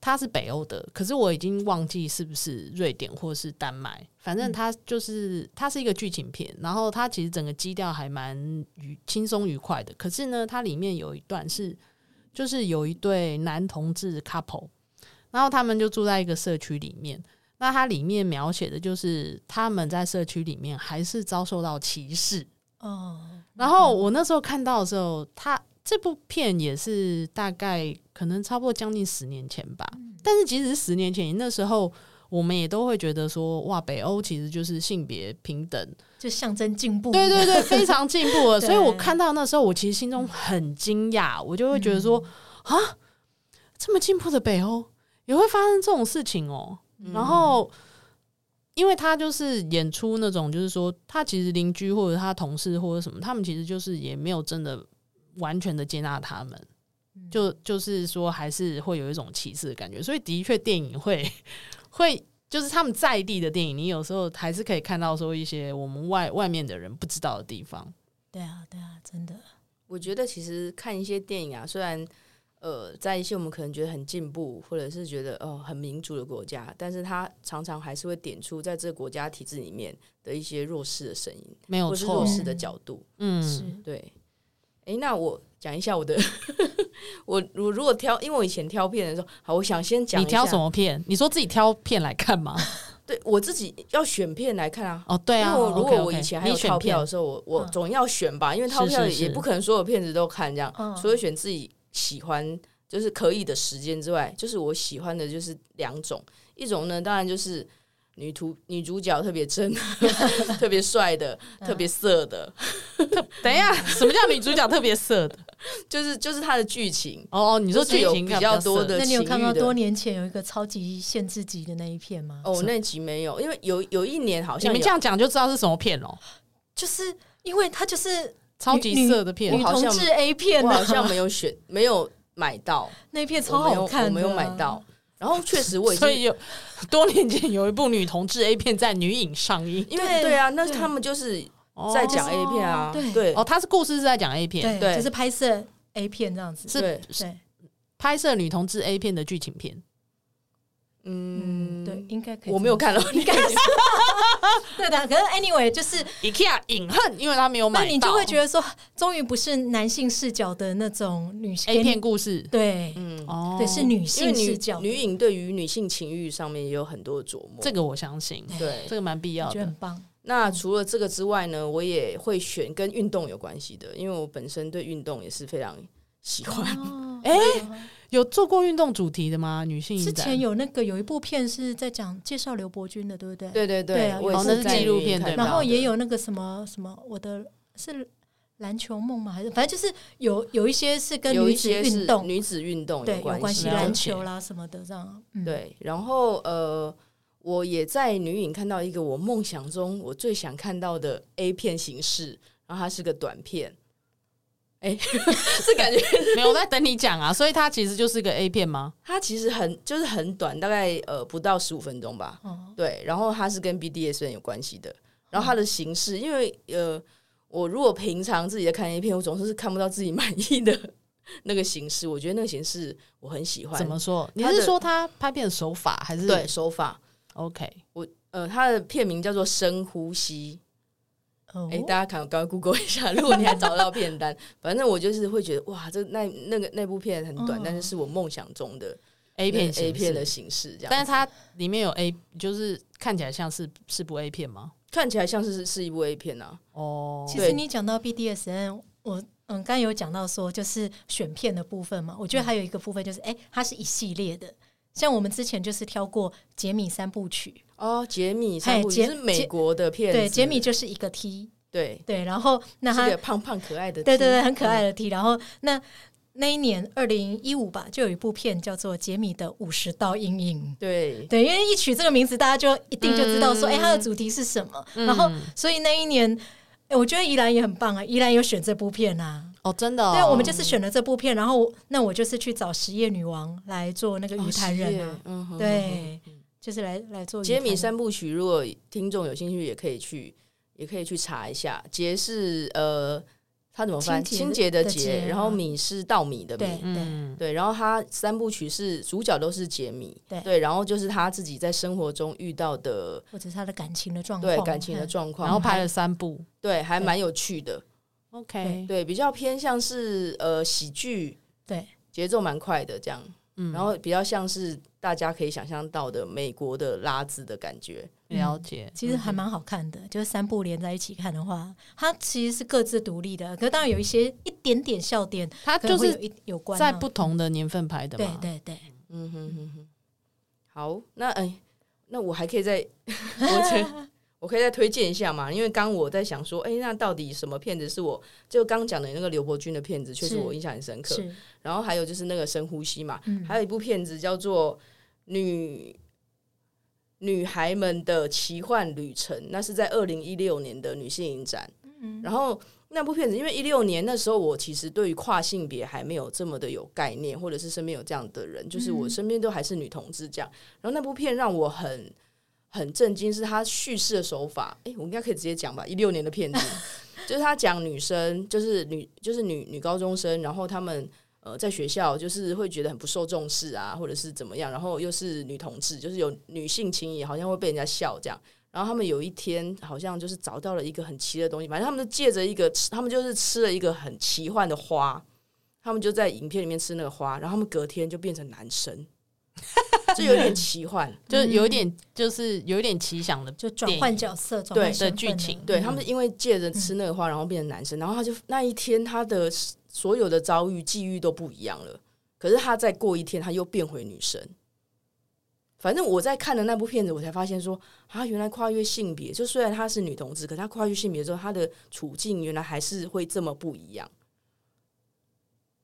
S8: 它是北欧的，可是我已经忘记是不是瑞典或是丹麦，反正
S7: 嗯
S8: 它就是它是一个剧情片，然后它其实整个基调还蛮愉轻松愉快的。可是呢，它里面有一段是就是有一对男同志 couple，然后他们就住在一个社区里面。那它里面描写的就是他们在社区里面还是遭受到歧视，
S7: 哦，
S8: 然后我那时候看到的时候，他这部片也是大概可能差不多将近十年前吧。但是即使是十年前，那时候我们也都会觉得说，哇，北欧其实就是性别平等，
S7: 就象征进步，
S8: 对对 对，非常进步了。
S7: 对嗯
S8: 所以我看到那时候，我其实心中很惊讶，我就会觉得说，啊，这么进步的北欧也会发生这种事情哦。
S7: 嗯
S8: 然后，因为他就是演出那种，就是说他其实邻居或者他同事或者什么，他们其实就是也没有真的完全的接纳他们，
S7: 嗯
S8: 就就是说还是会有一种歧视的感觉。所以的确，电影会会。就是他们在地的电影，你有时候还是可以看到说一些我们外外面的人不知道的地方。
S7: 对啊对啊，真的，
S3: 我觉得其实看一些电影啊，虽然呃，在一些我们可能觉得很进步，或者是觉得呃很民主的国家，但是它常常还是会点出在这个国家体制里面的一些弱势的声音，
S8: 没有
S3: 或是
S8: 错
S3: 弱，势的角度。
S8: 嗯，
S7: 是
S3: 对，诶，那我讲一下我的， 我我如果挑，因为我以前挑片的时候，好，我想先讲
S8: 你
S3: 一下
S8: 挑什？么片？你说自己挑片来看吗？
S3: 对我自己要选片来看啊。
S8: 哦，对啊，
S3: 因为我如果
S8: OK，OK，
S3: 我以前还有
S8: 你选
S3: 套
S8: 片
S3: 票的时候，我我
S7: 嗯
S3: 总要选吧，因为套
S8: 是
S3: 票
S8: 是是
S3: 也不可能所有片子都看这样，
S7: 嗯
S3: 除了选自己喜欢就是可以的时间之外，就是我喜欢的就是两种，一种呢当然就是女图女主角特别 正、特别帅的、
S8: 嗯
S3: 特别色的，
S8: 等一下，什么叫女主角特别色的？
S3: 就是就是它的剧情，
S8: 哦，哦，你说
S3: 就是
S8: 剧
S3: 有
S8: 情
S3: 比
S8: 感
S3: 较
S8: 色
S3: 多的
S7: 那你有
S3: 情
S7: 看
S3: 欲
S7: 到
S3: 的
S7: 多年前有一个超级限制级的那一片吗？
S3: 哦，那集没有，因为有有一年好
S8: 你
S3: 像
S8: 们这样讲就知道是什么片喽，
S7: 就是因为它就是
S8: 超级色的片哦
S3: 我
S7: 女。
S3: 好
S7: 同
S3: 像
S7: 志 A 片
S3: 有我
S7: 啊，
S3: 好像没有选，没有买到，
S7: 那一片
S3: 我
S7: 超
S3: 没有
S7: 好看的
S3: 我
S7: 啊
S3: 没有买到。。然后确 实我也
S8: 所
S3: 是，
S8: 以有多年前有一部女同志 A 片在女影上映，
S3: 因为
S7: 对
S3: 对啊，那
S7: 对
S3: 他们就是
S8: 哦
S3: 在讲 A 片啊，
S7: 对
S3: 对
S8: 哦，它是故事是在讲 A 片，
S7: 对，
S3: 对
S7: 就是拍摄 A 片这样子，
S8: 是
S3: 对，
S7: 对，嗯
S8: 拍摄女同志 A 片的剧情片。
S3: 嗯
S7: 嗯，对，，应该 可以。
S3: 我没有，看到，你看
S7: 对的。可是 anyway，就是
S8: IKEA 隐恨，因为他没有买
S7: 那
S8: 到，
S7: 你就会觉得说，终于不是男性视角的那种女
S8: A 片，故事
S7: 对
S3: 嗯，
S8: 哦，
S7: 对，是女
S3: 因为
S7: 性视
S3: 女
S7: 角，
S3: 女影对于女性情欲上面也有很多的琢磨，
S8: 这个我相信，
S3: 对
S8: 这。个蛮必
S7: 我
S8: 要
S7: 觉得很
S8: 的。
S7: 棒。
S3: 那除了这个之外呢，我也会选跟运动有关系的，因为我本身对运动也是非常喜欢。
S7: 哦
S8: 哎，有做过运动主题的吗？女性影
S7: 之
S8: 展
S7: 前有那个有一部片是在讲介绍刘伯钧的，对不对？
S3: 对对
S7: 对啊
S3: 我也
S7: 哦
S3: 是
S7: 那是
S3: 在
S7: 纪
S8: 录
S3: 女影
S8: 片
S3: 看
S8: 对吧
S3: 到
S7: 然后
S3: 的
S7: 也有那个什么什么，我的是篮球梦吗？还是反正就是有有一些是跟
S3: 有
S7: 女
S3: 一
S7: 子
S3: 些是
S7: 运动
S3: 女子运动
S7: 对有关系，
S8: 了
S7: 篮
S8: 解
S7: 球啦什么的这样。嗯，
S3: 对，然后呃，我也在女影看到一个我梦想中我最想看到的 A 片形式，然后它是个短片。哎、 这感觉
S8: 没有我在等你讲啊，所以它其实就是个 A 片吗？
S3: 它其实很就是很短，大概呃不到十五分钟吧。
S8: 嗯
S7: 哦，
S3: 对，然后它是跟 BDSM 有关系的，然后它的形式，因为呃，我如果平常自己在看 A 片，我总是看不到自己满意的 那个形式，我觉得那个形式我很喜欢。
S8: 怎么说？你
S3: 它的
S8: 是说他拍片的手法还是
S3: 对手法？
S8: ？OK，
S3: 呃，它的片名叫做《深呼吸》。
S7: 哦
S3: 哎、大家看，刚刚 Google 一下， 如果你还找得到片单，反正我就是会觉得哇，这那那个那部片很短，
S7: 嗯
S3: 但是是我梦想中的
S8: A 片
S3: 那个 A
S8: 形
S3: 片
S8: 式
S3: 的，形式，这样。
S8: 但是它里面有 A，就是看起来像是是部 A 片吗？
S3: 看起来像是是一部 A 片啊，
S8: 哦，
S7: 其实
S3: 对
S7: 你讲到 BDSN，我嗯，刚有讲到说就是选片的部分嘛，我觉
S3: 嗯
S7: 得还有一个部分就是，哎、它是一系列的。像我们之前就是挑过《杰米三部曲
S3: 哦，杰米
S7: 嘿
S3: 三部曲
S7: 杰
S3: 是美国的》，片子，
S7: 对，《杰米》就是一个 T，
S3: 对，
S7: 对，然后那他
S3: 是个胖胖可爱的嗯 T，
S7: 对对对，很可爱的 T。然后那那一年二零一五吧，就有一部片叫做《杰米的五十道阴影》。
S3: 对，
S7: 对，因为一取这个名字，大家就一定就知道
S3: 嗯
S7: 说，哎、它的主题是什么。然后，
S8: 嗯
S7: 所以那一年，哎我觉得宜兰也很棒啊，宜兰有选这部片啊。
S8: 哦，真的、哦，
S7: 对，我们就是选了这部片，然后那我就是去找实业女王来做那个
S3: 哦
S7: 鱼坛人啊，，
S3: 嗯哼，
S7: 对，就是来来做鱼
S3: 杰米
S7: 坛
S3: 三部曲，如果听众有兴趣，也可以去，也可以去查一下。杰是呃，他怎么翻？
S7: 清洁
S3: 清洁的
S7: 的的
S3: 洁，
S7: 洁
S3: 然后
S7: 嗯
S3: 米是稻米的
S7: 对
S3: 米。
S7: 对
S8: 嗯，
S3: 对，然后他三部曲是主角都是杰米，
S7: 对
S3: 然后就是他自己在生活中遇到的
S7: 或者是他的感情的状况，
S3: 对感情的
S7: 嗯
S3: 状况，
S8: 然后拍了三部
S3: 对还蛮有趣的，
S8: ，OK，
S3: 对，比较偏向是呃喜剧，
S7: 对，
S3: 节奏蛮快的这样，
S8: 嗯
S3: 然后比较像是大家可以想象到的美国的拉兹的感觉，
S8: 了解，
S7: 其实还蛮好看的，就是三部连在一起看的话，它其实是各自独立的，可是当然有一些一点点笑点，
S8: 它
S7: 可
S8: 就
S7: 能会有
S8: 是
S7: 一有关啊
S8: 在不同的年份拍的
S7: 对
S8: 嘛，
S7: 对对，
S3: 嗯哼哼哼，好，那哎、那我还可以再， 我再我可以再推荐一下嘛？因为刚我在想说，哎、那到底什么片子是我就刚讲的那个刘伯钧的片子，确实
S7: 是
S3: 我印象很深刻。
S7: 是
S3: 然后还有就是那个深呼吸嘛，
S7: 嗯
S3: 还有一部片子叫做《女女孩们的奇幻旅程》，那是在二零一六年的女性影展。然后那部片子，因为一六年那时候我其实对于跨性别还没有这么的有概念，或者是身边有这样的人，就是我身边都还是女同志这样。然后那部片让我很。很震惊，是他叙事的手法。哎、我应该可以直接讲吧，一六年的片子，就是他讲女生，就是女，就是女女高中生，然后她们呃，在学校就是会觉得很不受重视啊，或者是怎么样，然后又是女同志，就是有女性情谊，好像会被人家笑这样。然后他们有一天好像就是找到了一个很奇的东西，反正他们就借着一个，他们就是吃了一个很奇幻的花，他们就在影片里面吃那个花，然后他们隔天就变成男生， 就有点奇幻。
S8: 就是
S7: 嗯
S8: 有一点，就是有一点奇想的，
S7: 就转换角色，转
S3: 对
S7: 换身
S8: 的剧
S7: 份啊
S8: 情
S3: 对他们因为借着吃那个
S8: 嗯
S3: 花，然后变成男生，然后他就那一天他的所有的遭遇际遇都不一样了。可是他再过一天，他又变回女生。反正我在看的那部片子，我才发现说啊，原来跨越性别，就虽然她是女同志，可她跨越性别之后，她的处境原来还是会这么不一样。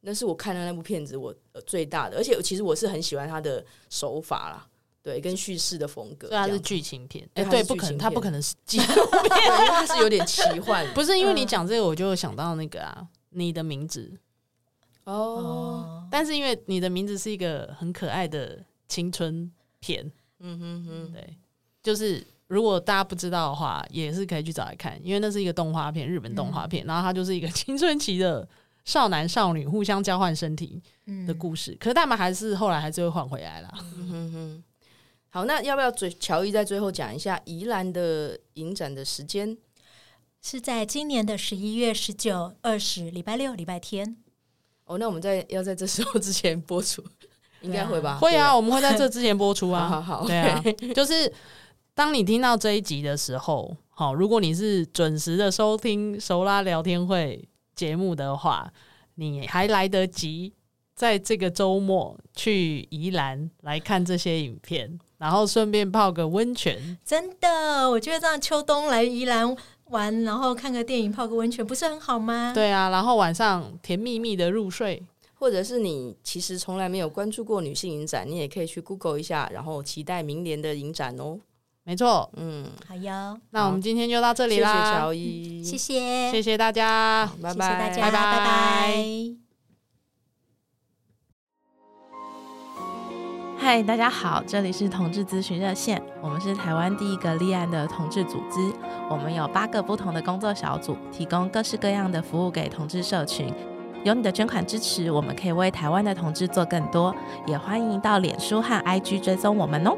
S3: 那是我看的那部片子我呃最大的，而且其实我是很喜欢他的手法啦，对，跟叙事的风格这
S8: 所以它
S3: 样。
S7: 啊
S8: 是剧情片，哎、
S3: 对它
S8: 对，
S3: 是
S8: 不
S3: 剧
S8: 可能，
S3: 情
S8: 它
S3: 片
S8: 不可能是剧，
S3: 对， 因为它是有点奇幻
S8: 不是因为
S7: 嗯
S8: 你讲这个，我就想到那个啊，你的名字，
S3: 哦。
S7: 哦，
S8: 但是因为你的名字是一个很可爱的青春片，
S3: 嗯哼哼，
S8: 对，就是如果大家不知道的话，也是可以去找来看，因为那是一个动画片，日本动
S7: 嗯
S8: 画片，然后它就是一个 青春期的少男少女互相交换身体
S7: 嗯
S8: 的故事，可是他们还是后来还是会换回来啦。
S3: 嗯哼哼。好，那要不要最乔伊在最后讲一下宜兰的影展的时间？
S7: 是在今年的十一月十九、二十，礼拜六、礼拜天。
S3: 哦，那我们在要在这时候之前播出，应该会吧？
S8: 会啊，我们会在这之前播出 啊。
S3: 好好好
S8: 对啊，就是当你听到这一集的时候，好，如果你是准时的收听熟拉聊天会节目的话，你还来得及在这个周末去宜兰来看这些影片，然后顺便泡个温泉。
S7: 真的，我觉得这样秋冬来宜兰玩，然后看个电影、泡个温泉，不是很好吗？，
S8: 对啊，然后晚上甜蜜蜜的入睡。
S3: 对，或者是你其实从来没有关注过女性影展，你也可以去 Google 一下，然后期待明年的影展哦。
S8: 没错，
S3: 嗯，
S7: 好哟，
S8: 那我们今天就到这
S3: 谢
S8: 里
S3: 谢
S8: 啦，
S3: 乔伊，
S7: 谢谢，
S8: 谢谢大家。
S3: 拜
S7: 谢谢大
S3: 拜，
S7: 家，拜拜
S9: 嗨，大家好，这里是同志咨询热线，我们是台湾第一个立案的同志组织，我们有八个不同的工作小组，提供各式各样的服务给同志社群。有你的捐款支持，我们可以为台湾的同志做更多，也欢迎到脸书和 IG 追踪我们哦。